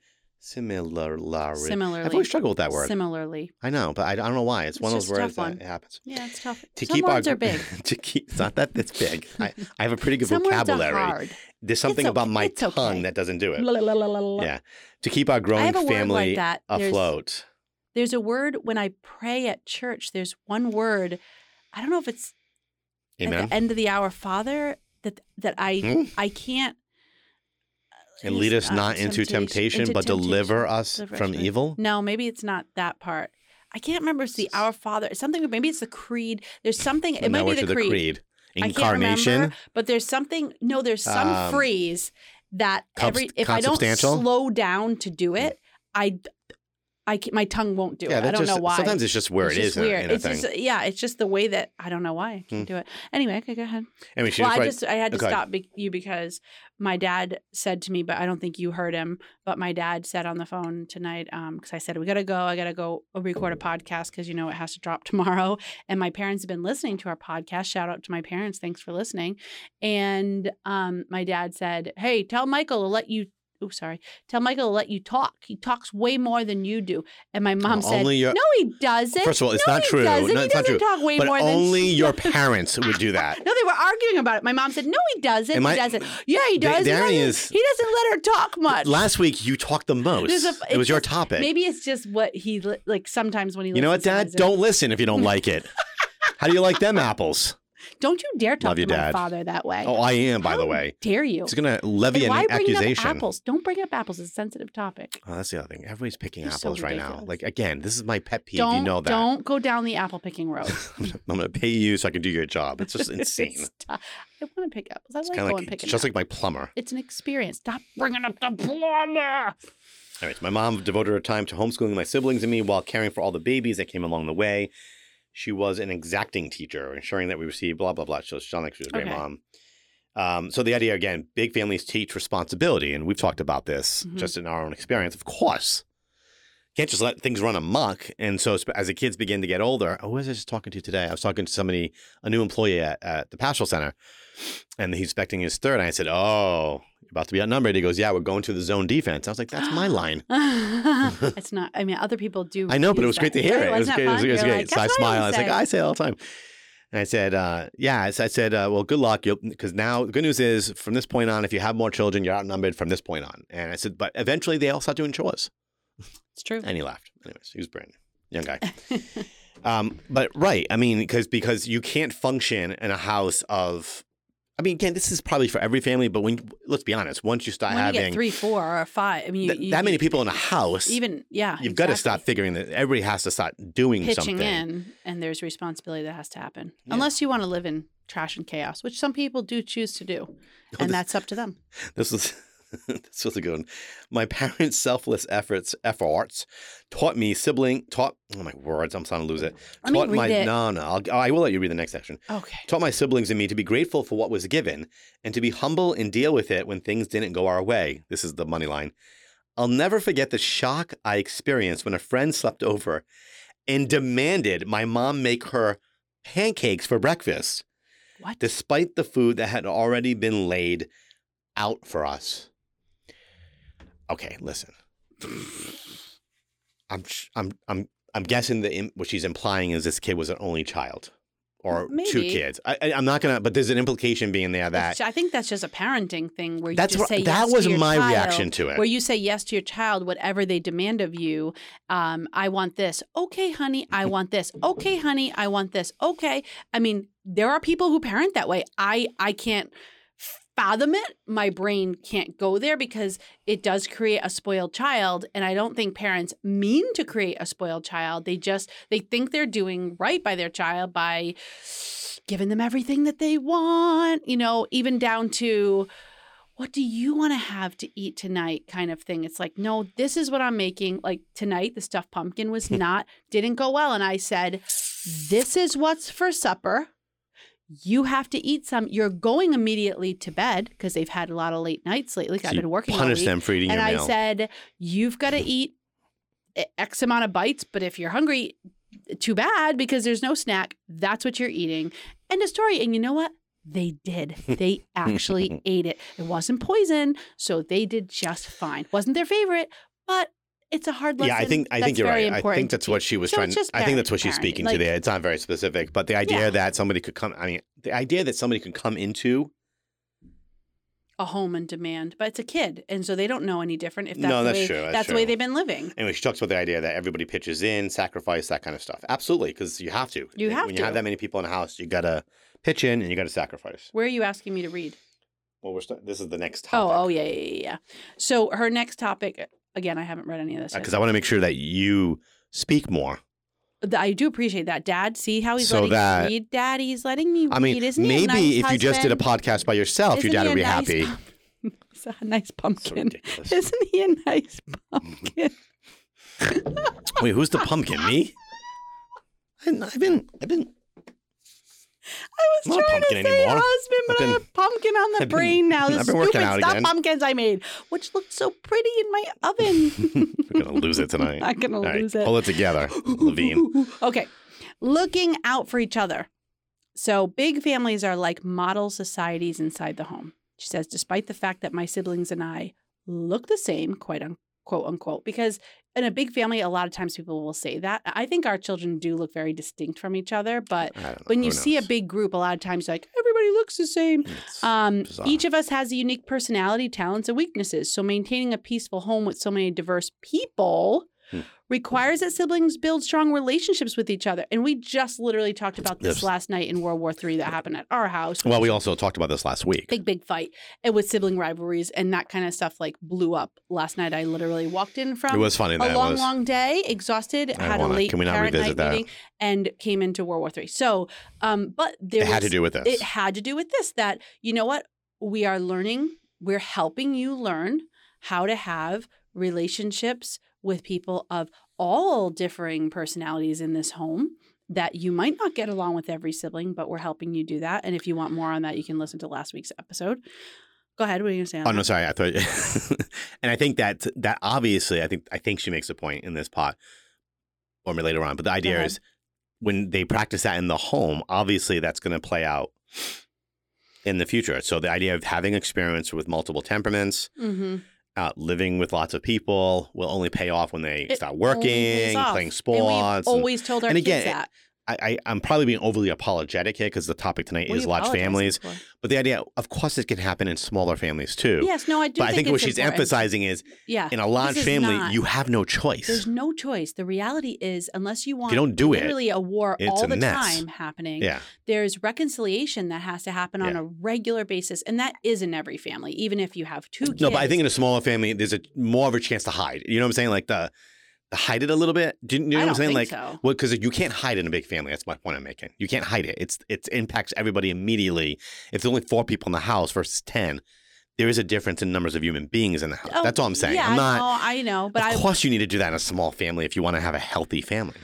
A: Similarly.
B: Similarly.
A: I've always struggled with that word.
B: Similarly.
A: I know, but I, I don't know why. It's,
B: It's
A: one of those
B: just a
A: words
B: tough
A: that
B: one.
A: it happens.
B: Yeah, it's tough.
A: To
B: Some
A: keep
B: words
A: our,
B: are big.
A: to keep, it's not that it's big. I, I have a pretty good
B: Some words are
A: vocabulary.
B: hard.
A: There's something
B: It's
A: about
B: okay-
A: my
B: it's okay.
A: tongue that doesn't do it.
B: La, la, la, la, la.
A: Yeah. To keep our
B: I
A: growing
B: have a word like
A: family
B: that. There's-
A: afloat.
B: there's a word when I pray at church, there's one word. I don't know if it's at
A: Amen.
B: the end of the hour, Father, that that I
A: Hmm?
B: I can't uh,
A: And lead
B: it's
A: us not into temptation,
B: into
A: but deliver
B: temptation.
A: us
B: Deliver us
A: from
B: from-
A: evil.
B: No, maybe it's not that part. I can't remember if it's the Our Father. It's something maybe it's the creed. There's something it
A: And
B: might
A: now
B: be
A: we're
B: the
A: to the
B: creed.
A: creed.
B: I can't
A: Incarnation.
B: remember, but there's something no, there's some
A: Um,
B: phrase that
A: cons-
B: every if I don't
A: consubstantial?
B: slow down to do it, I I ca- my tongue won't do
A: yeah,
B: it. I
A: that's
B: don't
A: just,
B: know why.
A: Sometimes it's just where
B: it's
A: it is
B: just
A: in a-
B: Weird.
A: in a
B: it's
A: thing. Hmm.
B: just yeah, it's just the way that I don't know why I can't do it. Anyway, okay, go ahead.
A: I mean, she
B: well,
A: just
B: I
A: read-
B: just I had to
A: okay.
B: stop be- you because my dad said to me, but I don't think you heard him. But my dad said on the phone tonight because I said we gotta go, I gotta go record a podcast because you know it has to drop tomorrow. And my parents have been listening to our podcast. Shout out to my parents, thanks for listening. And um, my dad said, hey, tell Michael to let you. Oh, sorry. Tell Michael to let you talk. He talks way more than you do. And my mom said,
A: only your,
B: "No, he doesn't."
A: First of all, it's
B: No,
A: not
B: he
A: true.
B: Doesn't.
A: No,
B: he
A: it's not
B: doesn't
A: true.
B: talk way
A: but
B: more than
A: only
B: she
A: your
B: does.
A: parents would do that.
B: No, they were arguing about it. My mom said, "No, he doesn't.
A: Am
B: he
A: I-
B: doesn't. Yeah, he
A: The-
B: does.
A: the
B: he, doesn't
A: irony is-
B: he doesn't let her talk much.
A: Last week, you talked the most.
B: There's a-
A: it
B: it's
A: was your
B: just-
A: topic.
B: Maybe it's just what he li- like. Sometimes when he
A: you know what,
B: listens,
A: Dad?
B: sometimes it-
A: Don't listen if you don't like it. How do you like them apples?
B: don't you dare talk
A: Love
B: to
A: you,
B: my
A: Dad.
B: father that way.
A: Oh, I am, by
B: How
A: the way.
B: dare you?
A: It's going to
B: And
A: levy an
B: why bring up
A: accusation.
B: apples? Don't bring up apples. It's a sensitive topic.
A: Oh, that's the other thing. Everybody's picking
B: You're so
A: apples right now.
B: ridiculous.
A: Like again, this is my pet peeve.
B: don't
A: you know that.
B: don't go down the apple picking road.
A: I'm gonna pay you so I can do your job. It's just insane.
B: It's tou- I want to pick apples. I
A: it's
B: like
A: kind
B: going
A: of like
B: picking.
A: just
B: apples.
A: like my plumber.
B: it's an experience. Stop bringing up the plumber.
A: All right, so my mom devoted her time to homeschooling my siblings and me while caring for all the babies that came along the way. She was an exacting teacher, ensuring that we received blah blah blah. So she sounded like she was a great
B: Okay.
A: mom. Um, so the idea again, big families teach responsibility, and we've talked about this
B: Mhm.
A: just in our own experience. Of course, can't just let things run amok. And so sp- as the kids begin to get older, oh, who was I just talking to today? I was talking to somebody, a new employee at, at the Pastoral Center, and he's expecting his third. And I said, "Oh, you're about to be outnumbered." He goes, "Yeah, we're going to the zone defense." I was like, "That's my line."
B: it's not. I mean, other people do.
A: I know, but it
B: use
A: was great to
B: that.
A: hear it. It was
B: Wasn't that
A: great. It was,
B: fun?
A: it was
B: You're
A: great.
B: like,
A: so I
B: "That's what
A: smile. I was like,
B: said."
A: I say it all the time. And I said, uh, yeah. So I said, uh, well, good luck. Because now the good news is from this point on, if you have more children, you're outnumbered from this point on. And I said, but eventually they all start doing chores.
B: it's true.
A: And he laughed. Anyways, he was brand new, young guy. um, but right. I mean, because because you can't function in a house of, I mean, again, this is probably for every family, but when, let's be honest, once you start
B: when you
A: having
B: get three, four, or five, I mean, you,
A: th-
B: you-
A: that many people in a house,
B: even yeah,
A: you've got to stop
B: exactly.
A: figuring that everybody has to start doing
B: pitching
A: something.
B: in, and there's responsibility that has to happen,
A: Yeah.
B: unless you want to live in trash and chaos, which some people do choose to do, and
A: this-
B: that's up to them.
A: This was this was a good one. My parents' selfless efforts efforts taught me sibling taught oh my words, I'm starting to lose it.
B: Let me
A: taught
B: read
A: my
B: it.
A: no no, I'll, I will let you read the next section.
B: Okay.
A: Taught my siblings and me to be grateful for what was given and to be humble and deal with it when things didn't go our way. This is the money line. I'll never forget the shock I experienced when a friend slept over and demanded my mom make her pancakes for breakfast
B: What?
A: despite the food that had already been laid out for us. Okay, listen. I'm sh- I'm I'm I'm guessing that im- what she's implying is this kid was an only child or two
B: Maybe.
A: kids. I, I I'm not gonna, but there's an implication being there that
B: That's- I think that's just a parenting thing where you
A: That's
B: just
A: what-
B: say
A: that
B: yes
A: was
B: to your
A: my
B: child,
A: reaction to it.
B: Where you say yes to your child, whatever they demand of you. Um, I want this. Okay, honey, I want this. Okay, honey, I want this. Okay. I mean, there are people who parent that way. I I can't fathom it. My brain can't go there because it does create a spoiled child. And I don't think parents mean to create a spoiled child. They just they think they're doing right by their child by giving them everything that they want, you know, even down to what do you want to have to eat tonight kind of thing. It's like, no, this is what I'm making. Like tonight, the stuffed pumpkin was not, didn't go well. And I said, this is what's for supper. You have to eat some. You're going immediately to bed because they've had a lot of late nights lately.
A: so
B: I've
A: you
B: been working. all
A: punish
B: week
A: them for eating
B: and
A: your
B: I
A: meal.
B: said, "You've got to eat e, X amount of bites, but if you're hungry, too bad because there's no snack. That's what you're eating." End of story. And you know what? They did. They actually ate it. It wasn't poison, so they did just fine. Wasn't their favorite, but it's a hard lesson.
A: yeah, I think I
B: that's
A: think you're
B: very
A: right. I
B: important
A: think
B: to
A: that's what
B: teach.
A: she was
B: So
A: trying.
B: it's just
A: I think that's what she's
B: parent-parenting.
A: speaking to
B: Like,
A: there. It's not very specific, but the idea
B: Yeah.
A: that somebody could come. I mean, the idea that somebody could come into
B: A home and demand, but it's a kid, and so they don't know any different. If that's
A: No,
B: the
A: that's
B: way,
A: true, that's
B: the way
A: true.
B: they've been living.
A: Anyway, she talks about the idea that everybody pitches in, sacrifice, that kind of stuff. Absolutely, because you have to.
B: You have
A: when
B: to.
A: you have that many people in a house, you gotta pitch in and you gotta sacrifice.
B: Where are you asking me to read?
A: Well, we're st- this is the next
B: Oh,
A: topic.
B: oh yeah, yeah, yeah, yeah. So her next topic uh, again, I haven't read any of this.
A: because Uh, I want to make sure that you speak more.
B: Th- I do appreciate that, Dad. See how he's
A: So
B: letting
A: that-
B: me read. Dad, he's letting me
A: I
B: read.
A: mean,
B: Isn't he
A: maybe
B: a nice
A: if you just did a
B: husband?
A: podcast by yourself,
B: Isn't
A: your dad
B: he
A: would
B: a
A: be
B: nice
A: happy.
B: pu- He's a nice
A: So
B: pumpkin.
A: ridiculous.
B: Isn't he a nice pumpkin?
A: Wait, who's the pumpkin? Me? I- I've been, I've been,
B: I
A: I'm
B: was
A: not a
B: trying to say
A: pumpkin anymore.
B: husband, but
A: I've
B: I
A: been-
B: have pumpkin on the
A: I've been-
B: brain now. The
A: I've been working
B: stupid
A: out
B: stuffed
A: again.
B: pumpkins I made, which looked so pretty in my oven.
A: we're gonna lose it
B: I'm
A: tonight.
B: not gonna
A: All right,
B: lose it.
A: pull it together, Levine.
B: Okay. Looking out for each other. So big families are like model societies inside the home. She says, despite the fact that my siblings and I look the same, quite unquote, unquote, because in a big family, a lot of times people will say that. I think our children do look very distinct from each other, but
A: I don't know,
B: when you
A: who
B: see a
A: knows?
B: big group, a lot of times like everybody looks the same.
A: It's-
B: Um,
A: bizarre.
B: each of us has a unique personality, talents, and weaknesses. So maintaining a peaceful home with so many diverse people
A: Hmm.
B: requires that siblings build strong relationships with each other. And we just literally talked about this
A: Yes. Oh
B: last night in World War III that happened at our house.
A: well, we also talked about this last week.
B: Big, big fight. It was sibling rivalries and that kind of stuff like blew up last night. I literally walked in from
A: It was funny. That
B: a
A: it
B: long,
A: was.
B: long day, exhausted,
A: I
B: had a
A: wanna-
B: late
A: can we not
B: parent night
A: revisit that?
B: meeting, and came into World War III. So, um, but there
A: it had to
B: was-
A: do with this.
B: it had to do with this that, you know what? We are learning, we're helping you learn how to have relationships with people of all differing personalities in this home that you might not get along with every sibling, but we're helping you do that. And if you want more on that, you can listen to last week's episode. Go ahead. What are you going to say? on
A: Oh no,
B: that?
A: sorry. I thought, and I think that that obviously, I think I think she makes a point in this pot, or maybe later on. But the idea
B: ahead.
A: is when they practice that in the home, obviously that's going to play out in the future. So the idea of having experience with multiple temperaments,
B: Mhm.
A: uh, living with lots of people, will only pay off when they
B: It
A: start
B: only pays
A: working,
B: off.
A: playing
B: And we've
A: sports. and-
B: always told our
A: and
B: kids
A: again,
B: that.
A: I, I, I'm probably being overly apologetic here because the topic tonight
B: What are
A: is
B: you
A: large
B: apologizing
A: families.
B: for?
A: But the idea, of course, it can happen in smaller families too.
B: Yes, no, I do.
A: But I think what
B: it's
A: she's
B: important.
A: emphasizing is
B: yeah,
A: in a large
B: This is
A: family,
B: not-
A: you have no choice.
B: there's no choice. The reality is, unless you want,
A: you don't do it.
B: literally a war
A: it's
B: all
A: a
B: the
A: mess.
B: time happening.
A: Yeah.
B: There's reconciliation that has to happen on
A: Yeah.
B: a regular basis, and that is in every family, even if you have two kids.
A: No, but I think in a smaller family, there's a more of a chance to hide. You know what I'm saying? Like the, the hide it a little bit. Do you, you know
B: I
A: what I'm
B: don't
A: saying?
B: think
A: like
B: so.
A: well, because you can't hide in a big family. That's my point I'm making. You can't hide it. It's it impacts everybody immediately. If there's only four people in the house versus ten, there is a difference in numbers of human beings in the house.
B: Oh,
A: That's all I'm saying.
B: Yeah,
A: I'm
B: I
A: not.
B: know, I know, but
A: of
B: I
A: course, you need to do that in a small family if you want to have a healthy family.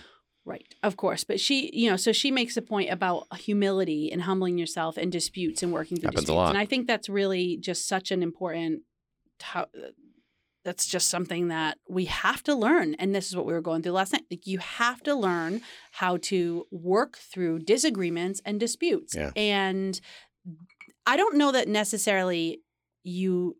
B: Right, of course. But she, you know, so she makes a point about humility and humbling yourself and disputes and working through
A: Happens a
B: disputes.
A: lot.
B: And I think that's really just such an important. To- that's just something that we have to learn. And this is what we were going through last night. Like you have to learn how to work through disagreements and disputes.
A: Yeah.
B: And I don't know that necessarily you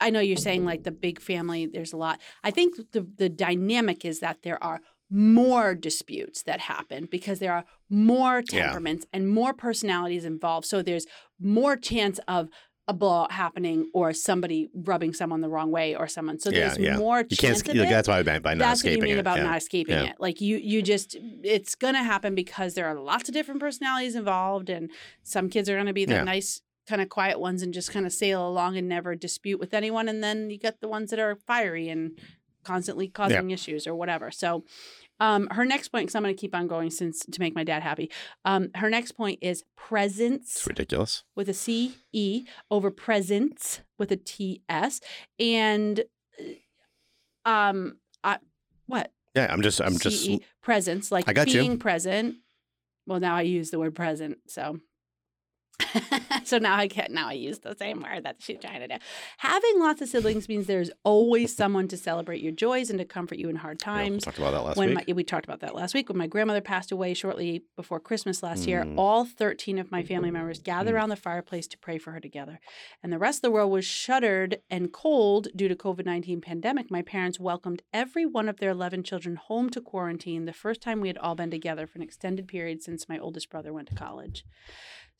B: I know you're saying like the big family, there's a lot. I think the the dynamic is that there are more disputes that happen because there are more
A: Yeah.
B: temperaments and more personalities involved. So there's more chance of a blowout happening or somebody rubbing someone the wrong way or someone. So
A: Yeah,
B: there's
A: yeah.
B: more
A: You can't.
B: chance
A: sk-
B: of it.
A: That's why I meant by not
B: That's what
A: escaping
B: you mean
A: it.
B: about
A: yeah.
B: not escaping
A: Yeah.
B: it. Like you, you just it's gonna happen because there are lots of different personalities involved, and some kids are gonna be the
A: Yeah.
B: nice, kind of quiet ones and just kind of sail along and never dispute with anyone, and then you get the ones that are fiery and constantly causing issues or whatever. So, um, her next point, because I'm gonna keep on going since to make my dad happy. Um, her next point is presence
A: It's ridiculous.
B: with a C E over presence with a T S, and um, I, what
A: Yeah, I'm just. I'm just.
B: CE, presence, like
A: I got you.
B: being present. Well, now I use the word present, so so now I can now I use the same word that she's trying to do. Having lots of siblings means there's always someone to celebrate your joys and to comfort you in hard
A: Yeah, we
B: times
A: talked about that last
B: when
A: week.
B: my, we talked about that last week when my grandmother passed away shortly before christmas last year
A: Mm.
B: all 13 of my family members gathered
A: Mm.
B: around the fireplace to pray for her together and the rest of the world was shuttered and cold due to covid-19 pandemic my parents welcomed every one of their 11 children home to quarantine the first time we had all been together for an extended period since my oldest brother went to college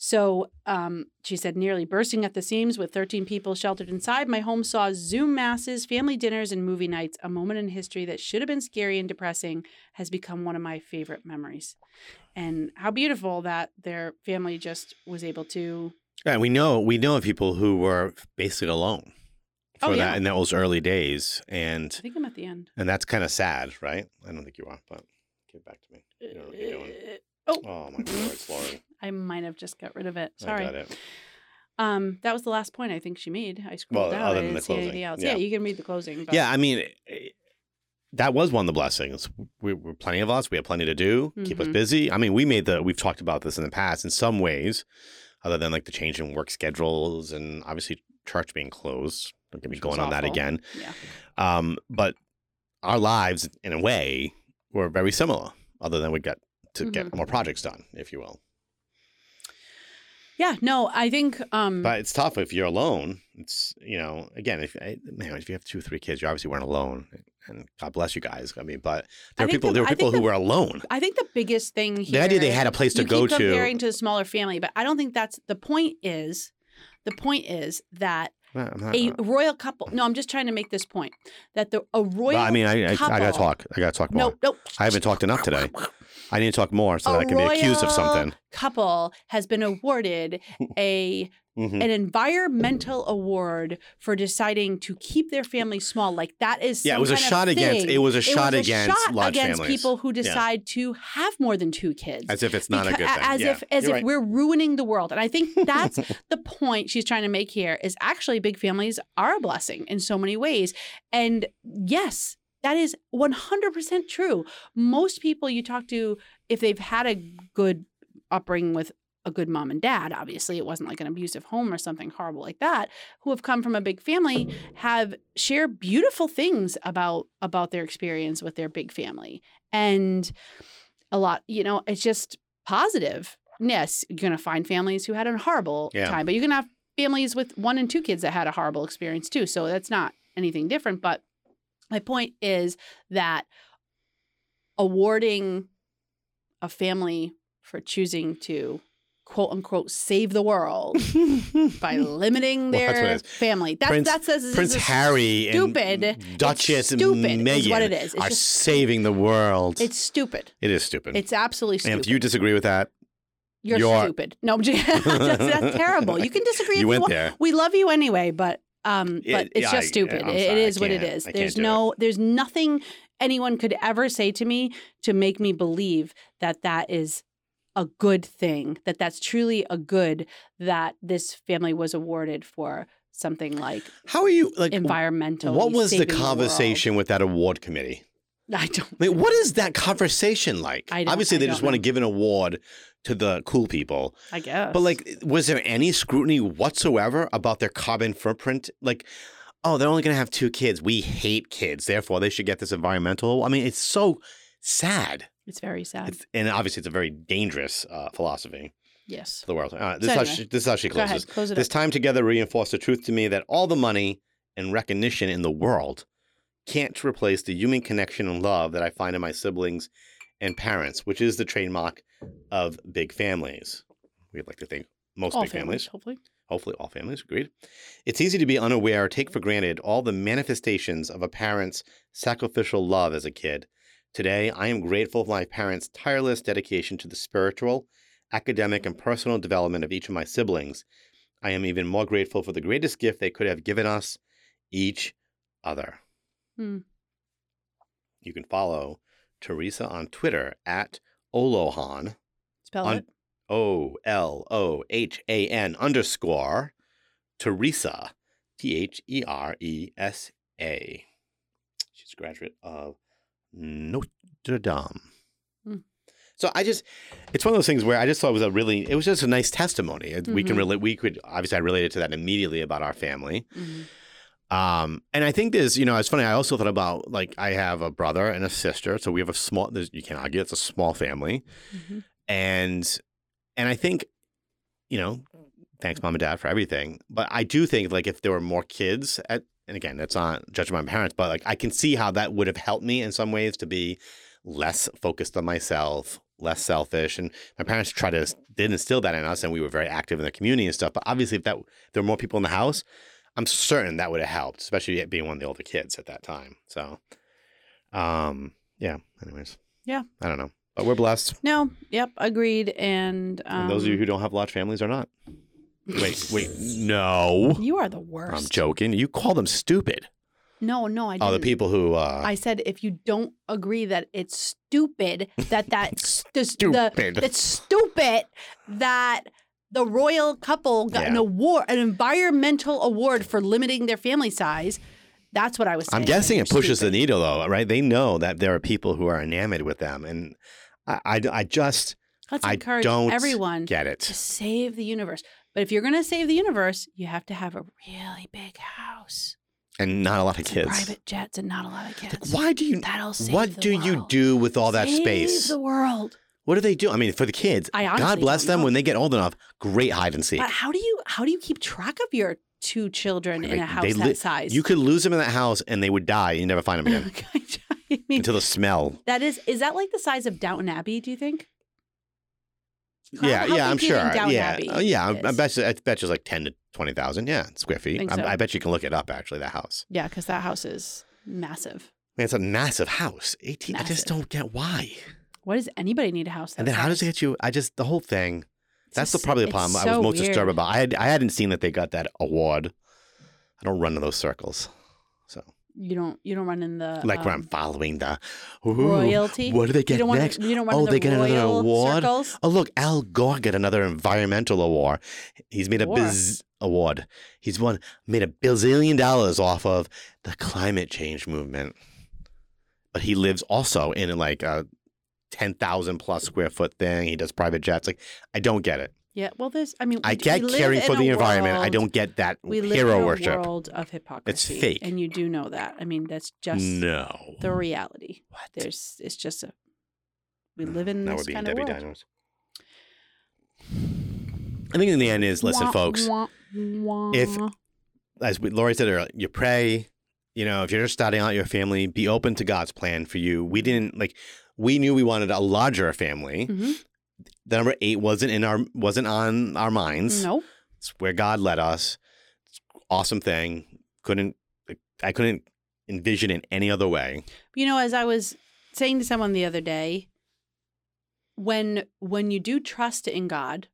B: so um, she said, nearly bursting at the seams with 13 people sheltered inside, my home saw Zoom masses, family dinners, and movie nights. A moment in history that should have been scary and depressing has become one of my favorite memories. And how beautiful that their family just was able to.
A: Yeah, we know we know of people who were basically alone for
B: Oh, yeah.
A: that in those early days, and
B: I think I'm at the end.
A: and that's kind of sad, right? I don't think you are, but give it back to me. You know what you're
B: Uh,
A: doing. Oh my God, it's Lauren.
B: Eh, I might have just got rid of it.
A: I got
B: mm-hmm. Sorry.
A: it.
B: Um, that was the last point I think she made. I
A: Well,
B: scrolled down.
A: other
B: I
A: than
B: didn't
A: the
B: see anything
A: closing,
B: else.
A: yeah.
B: Yeah. you can read the closing. But
A: Yeah, I mean, eh, that was one of the blessings. We were plenty of us. We had plenty to do. Keep us
B: Mhm.
A: busy. I mean, we made the. We've talked about this in the past in some ways, other than like the change in work schedules and obviously church being closed. Don't get me
B: Which was
A: going on that
B: awful.
A: again.
B: Yeah.
A: Um, but our lives, in a way, were very similar, other than we got to
B: Mm-hmm.
A: get more projects done, if you will.
B: Yeah. No, I think. Um,
A: But it's tough if you're alone. It's you know, again, if I- man, if you have two, or three kids, you obviously weren't alone. And God bless you guys. I mean, but there
B: I
A: were
B: think
A: people.
B: the-
A: there were
B: I think
A: people who
B: the-
A: were alone.
B: I think the biggest thing
A: The
B: here
A: idea they had a place to
B: you
A: go
B: keep comparing
A: to.
B: to a smaller family, but I don't think that's the point. Is the point is that
A: Well, I'm not- uh,
B: a
A: well,
B: royal couple? No, I'm just trying to make this point that the a royal.
A: I mean, I, I, I gotta
B: couple-
A: talk. I gotta talk more.
B: No, no.
A: I haven't talked enough today. I need to talk more so
B: A
A: that I can be accused of
B: royal
A: something.
B: Couple has been awarded a
A: Mhm.
B: an environmental award for deciding to keep their family small. Like that is
A: Yeah, it
B: some
A: was a
B: kind of
A: shot against.
B: thing.
A: It was a shot
B: a
A: against
B: shot
A: large
B: against
A: families.
B: people who decide to have more than two kids.
A: As if it's not a
B: Becau-
A: good thing.
B: As
A: Yeah,
B: if as
A: you're
B: if
A: right.
B: we're ruining the world. And I think that's the point she's trying to make here is actually big families are a blessing in so many ways. And yes, that is 100% true. Most people you talk to if they've had a good upbringing with a good mom and dad, obviously it wasn't like an abusive home or something horrible like that, who have come from a big family have share beautiful things about about their experience with their big family. And a lot, you know, it's just positive. Yes, you're going to find families who had a horrible
A: Yeah.
B: time, but you're going to have families with one and two kids that had a horrible experience too. So that's not anything different. But my point is that awarding a family for choosing to quote unquote save the world by limiting
A: Well, that's
B: their
A: what it is.
B: family. That's
A: Prince-
B: that's, that's,
A: Prince
B: that's-
A: Harry
B: stupid.
A: and Duchess
B: it's stupid
A: Meghan
B: is what it is. It's
A: are
B: just
A: saving the world.
B: it's stupid.
A: it is stupid.
B: It's absolutely stupid.
A: and if you disagree with that,
B: You're,
A: You're-
B: stupid. No, I'm just, that's, that's terrible. You can disagree if
A: you
B: you
A: went
B: want.
A: there.
B: We love you anyway, but um,
A: It-
B: but it's
A: yeah,
B: just
A: I- uh,
B: stupid.
A: I'm
B: It- it
A: sorry, I
B: is what it
A: can't-
B: is.
A: I can't
B: There's
A: do it.
B: no, there's nothing anyone could ever say to me to make me believe that that is a good thing. That that's truly a good that this family was awarded for something like
A: How are you like?
B: environmental.
A: What was the conversation with that award committee?
B: I don't.
A: I mean, what is that conversation like?
B: I don't-
A: Obviously,
B: I
A: they
B: don't
A: just want to
B: know.
A: give an award to the cool people.
B: I guess.
A: But like, was there any scrutiny whatsoever about their carbon footprint? Like, oh, they're only going to have two kids. We hate kids, therefore they should get this environmental. I mean, it's so sad,
B: it's very sad.
A: it's, and obviously it's a very dangerous uh, philosophy
B: yes.
A: for the world. All right, this,
B: So
A: is how
B: anyway,
A: she, this is how she
B: Go
A: closes.
B: ahead. Close it
A: This
B: up.
A: time together reinforced the truth to me that all the money and recognition in the world can't replace the human connection and love that I find in my siblings and parents, which is the trademark of big families. We'd like to think most
B: All
A: big families
B: hopefully.
A: hopefully all families agreed. It's easy to be unaware or take for granted all the manifestations of a parent's sacrificial love as a kid. Today, I am grateful for my parents' tireless dedication to the spiritual, academic, and personal development of each of my siblings. I am even more grateful for the greatest gift they could have given us, each other.
B: Hmm.
A: You can follow Teresa on Twitter at Olohan.
B: Spell
A: On-
B: it.
A: O L O H A N underscore Teresa, T H E R E S A. She's a graduate of Notre Dame.
B: Hmm.
A: So I just, it's one of those things where I just thought it was a really, it was just a nice testimony. It- We can
B: Mhm.
A: relate, we could, obviously, I related to that immediately about our family.
B: Mhm.
A: Um, and I think there's, you know, it's funny. I also thought about like, I have a brother and a sister. So we have a small, there's- you can't argue, it's a small family
B: Mhm.
A: and and I think, you know, thanks mom and dad for everything. But I do think like if there were more kids at and again, that's not judging my parents, but like I can see how that would have helped me in some ways to be less focused on myself, less selfish. And my parents tried to did instill that in us and we were very active in the community and stuff. But obviously if that if there were more people in the house, I'm certain that would have helped, especially being one of the older kids at that time. So um yeah, anyways.
B: Yeah.
A: I don't know. But we're blessed.
B: No. Yep. Agreed. And, um,
A: And those of you who don't have large families are not. Wait, wait, no.
B: You are the
A: I'm
B: worst.
A: joking. You call them stupid.
B: no, no, I didn't.
A: Oh, the people who uh
B: I said if you don't agree that it's stupid that that's the, the
A: stupid.
B: that's stupid that the royal couple got an
A: Yeah.
B: award, an environmental award for limiting their family size. That's what I was. saying.
A: I'm guessing it pushes
B: Stupid.
A: the needle though, right? They know that there are people who are enamored with them and I I, I just
B: Let's
A: I
B: encourage
A: don't
B: everyone
A: get
B: to
A: it.
B: save the universe. But if you're going to save the universe, you have to have a really big house,
A: And not a lot of
B: some
A: kids.
B: private jets, and not a lot of kids.
A: Why do you
B: That'll save
A: what
B: the
A: do you
B: world.
A: do with all that
B: Save
A: space?
B: The world.
A: What do they do? I mean, for the kids,
B: I honestly
A: God bless
B: don't
A: them
B: know.
A: when they get old enough. Great hide and seek.
B: But how do you how do you keep track of your two children
A: Wait,
B: in
A: wait,
B: a house
A: they
B: that
A: li-
B: size?
A: You could lose them in that house and they would die and you never find them again
B: I mean,
A: until the smell
B: that is is that like the size of Downton Abbey? Do you think? How-
A: Yeah,
B: how
A: yeah, I'm
B: big do
A: sure.
B: you think Downton
A: yeah,
B: Abbey
A: Uh, yeah. I, I
B: is?
A: bet you, I bet you it's like ten to twenty thousand. Yeah, square feet.
B: Think
A: I,
B: so.
A: I bet you can look it up. Actually, that house.
B: Yeah, because that house is massive.
A: I mean, it's a massive house. Eighteen. I just don't
B: Massive.
A: get why.
B: What does anybody need a house?
A: And
B: that
A: then how does it
B: size?
A: get you? I just the whole thing.
B: It's
A: That's the
B: just-
A: probably the
B: it's
A: problem I
B: so
A: was most
B: weird.
A: disturbed about. I had I hadn't seen that they got that award. I don't run in those circles. So
B: You don't you don't run in the
A: like where I'm
B: um,
A: following the ooh,
B: royalty.
A: What do they
B: you
A: get
B: don't want
A: next?
B: to, you don't run
A: Oh,
B: in the
A: they get another
B: royal
A: award?
B: circles.
A: Oh look, Al Gore got another environmental award. He's made a
B: Award.
A: biz award. He's won made a bazillion dollars off of the climate change movement. But he lives also in like a ten thousand plus square foot thing. He does private jets. Like I don't get it.
B: Yeah, well, there's I mean,
A: I
B: we-
A: get
B: we live
A: caring for
B: in a
A: the environment. I
B: world-
A: don't get that
B: We live
A: hero
B: in a
A: worship.
B: world of hypocrisy.
A: fake.
B: and you do know that. I mean, that's just
A: no.
B: the reality.
A: What?
B: There's it's just a we live in
A: Now we're
B: this
A: being
B: kind
A: Debbie
B: of world.
A: Downer's. I think in the end is listen,
B: Wah,
A: folks.
B: wah, wah. Mm-hmm.
A: if- as we, Lori said earlier, you pray. You know, if you're just starting out your family, be open to God's plan for you. We didn't like. We knew we wanted a larger family.
B: Mhm.
A: The number eight wasn't in our wasn't on our minds.
B: no,
A: It's where God led us. It's an awesome thing. Couldn't like, I couldn't envision it any other way.
B: you know, as I was saying to someone the other day, when when you do trust in God,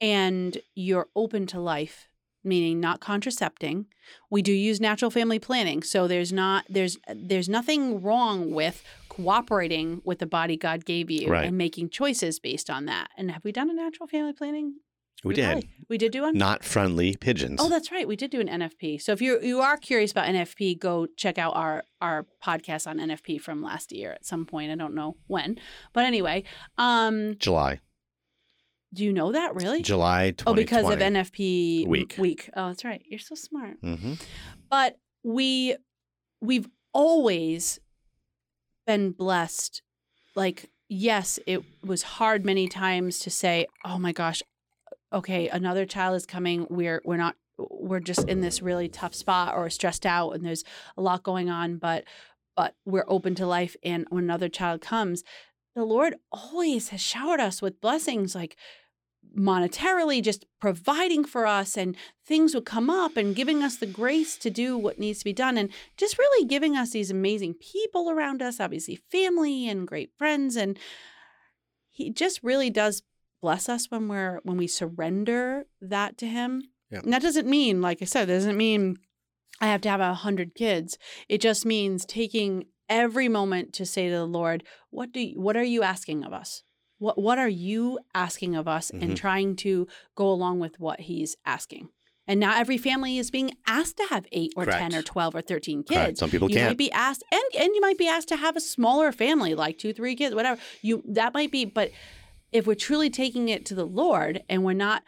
B: and you're open to life, meaning not contracepting, we do use natural family planning. So there's not there's there's nothing wrong with cooperating with the body God gave you
A: Right.
B: and making choices based on that. And have we done a natural family planning
A: We did.
B: probably- We did do one.
A: Not friendly pigeons.
B: Oh, that's right. We did do an NFP. So if you you are curious about NFP, go check out our our podcast on NFP from last year at some point. I don't know when, but anyway, um,
A: July.
B: do you know that really?
A: July 2020.
B: Oh, because of NFP
A: Week.
B: Week. Oh, that's right. You're so smart.
A: hmm
B: But we we've always been blessed. Like, yes, it was hard many times to say, "Oh my gosh, okay, another child is coming. We're we're not we're just in this really tough spot or stressed out, and there's a lot going on." But but we're open to life, and when another child comes, the Lord always has showered us with blessings, like monetarily, just providing for us, and things would come up and giving us the grace to do what needs to be done, and just really giving us these amazing people around us, obviously, family and great friends. And He just really does bless us when we're when we surrender that to Him.
A: Yeah.
B: And that doesn't mean, like I said, that doesn't mean I have to have a hundred kids. It just means taking every moment to say to the Lord, what do you, what are you asking of us what what are you asking of us
A: Mhm.
B: and trying to go along with what he's asking and not every family is being asked to have 8 or 10 or
A: Correct.
B: 12 or 13 kids
A: Correct. Some people
B: you might
A: can't.
B: be asked and and you might be asked to have a smaller family like 2 3 kids whatever you that might be but if we're truly taking it to the Lord and we're not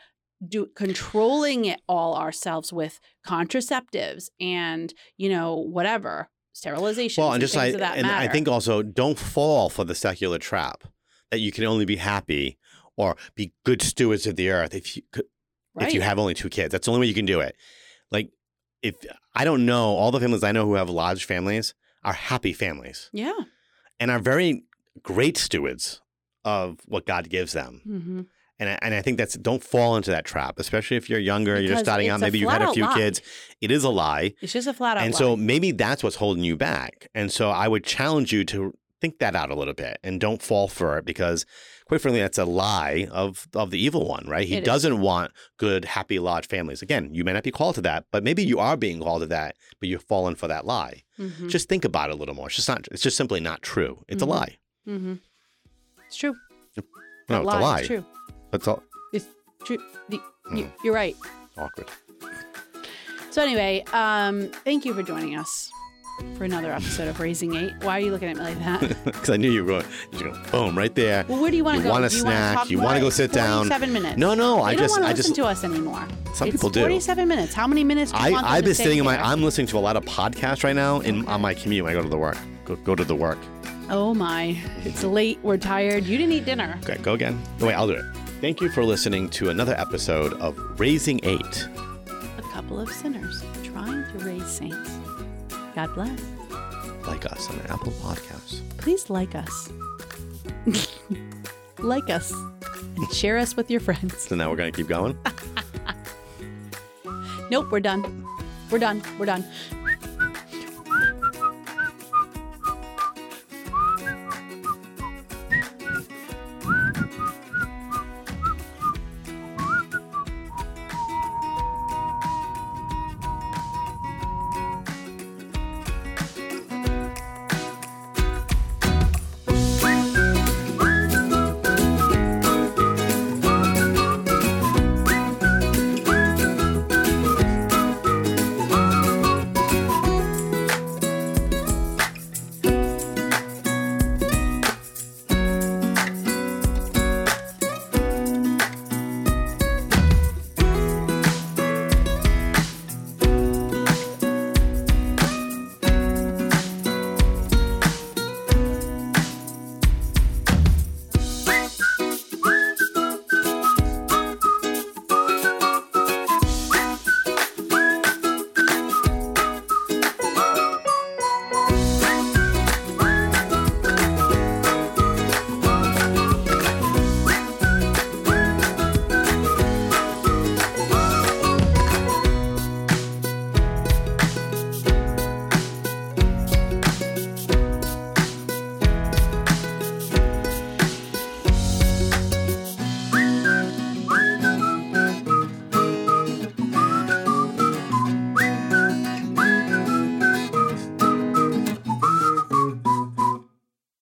B: do controlling it all ourselves with contraceptives and you know whatever sterilization
A: Well, and just
B: things
A: I,
B: of that
A: and I
B: matter.
A: think also don't fall for the secular trap that you can only be happy or be good stewards of the earth if you if you
B: Right.
A: have only two kids. That's the only way you can do it. Like if I don't know, all the families I know who have large families are happy families
B: yeah
A: and are very great stewards of what God gives them.
B: hmm
A: And I, and I think that's don't fall into that trap, especially if you're younger, you're just
B: Because
A: starting
B: it's
A: out.
B: a
A: Maybe you had a
B: flat-out
A: few
B: lie.
A: kids. It is a lie.
B: It's just a flat out.
A: And
B: lie.
A: so maybe that's what's holding you back. And so I would challenge you to think that out a little bit and don't fall for it because quite frankly that's a lie of of the evil one, right? He
B: It is.
A: doesn't want good, happy, large families. Again, you may not be called to that, but maybe you are being called to that, but you've fallen for that lie.
B: Mhm,
A: Just think about it a little more. It's just not it's just simply not true. It's
B: Mhm.
A: a lie.
B: mhm. it's true.
A: No, it's
B: That
A: a
B: lie
A: lie. Hmm.
B: is true.
A: It's all
B: It's true. The- you, you're right.
A: awkward.
B: So anyway, um, thank you for joining us for another episode of Raising Eight. Why are you looking at me like that?
A: Because I knew you were going, you were going, boom, right there.
B: Well, where do you want
A: You
B: to go?
A: want a
B: Do
A: snack,
B: talk
A: you
B: more?
A: wanna go
B: It's
A: sit down.
B: Forty-seven minutes.
A: No, no, I
B: They
A: just-
B: don't want
A: I
B: to listen
A: just-
B: to us anymore.
A: Some
B: It's
A: people do.
B: Forty-seven minutes. How many minutes? Do you
A: I,
B: want them
A: I've
B: to
A: been
B: stay
A: sitting in my.
B: here?
A: I'm listening to a lot of podcasts right now in on my commute. When I go to the work. Go, go to the work.
B: Oh my! It's late. We're tired. You didn't eat dinner.
A: Okay, go again. No, wait, I'll do it. Thank you for listening to another episode of Raising Eight.
B: A couple of sinners trying to raise saints. God bless.
A: Like us on Apple Podcasts.
B: please like us. like us and share us with your friends.
A: So now we're gonna keep going.
B: Nope, we're done. We're done. We're done.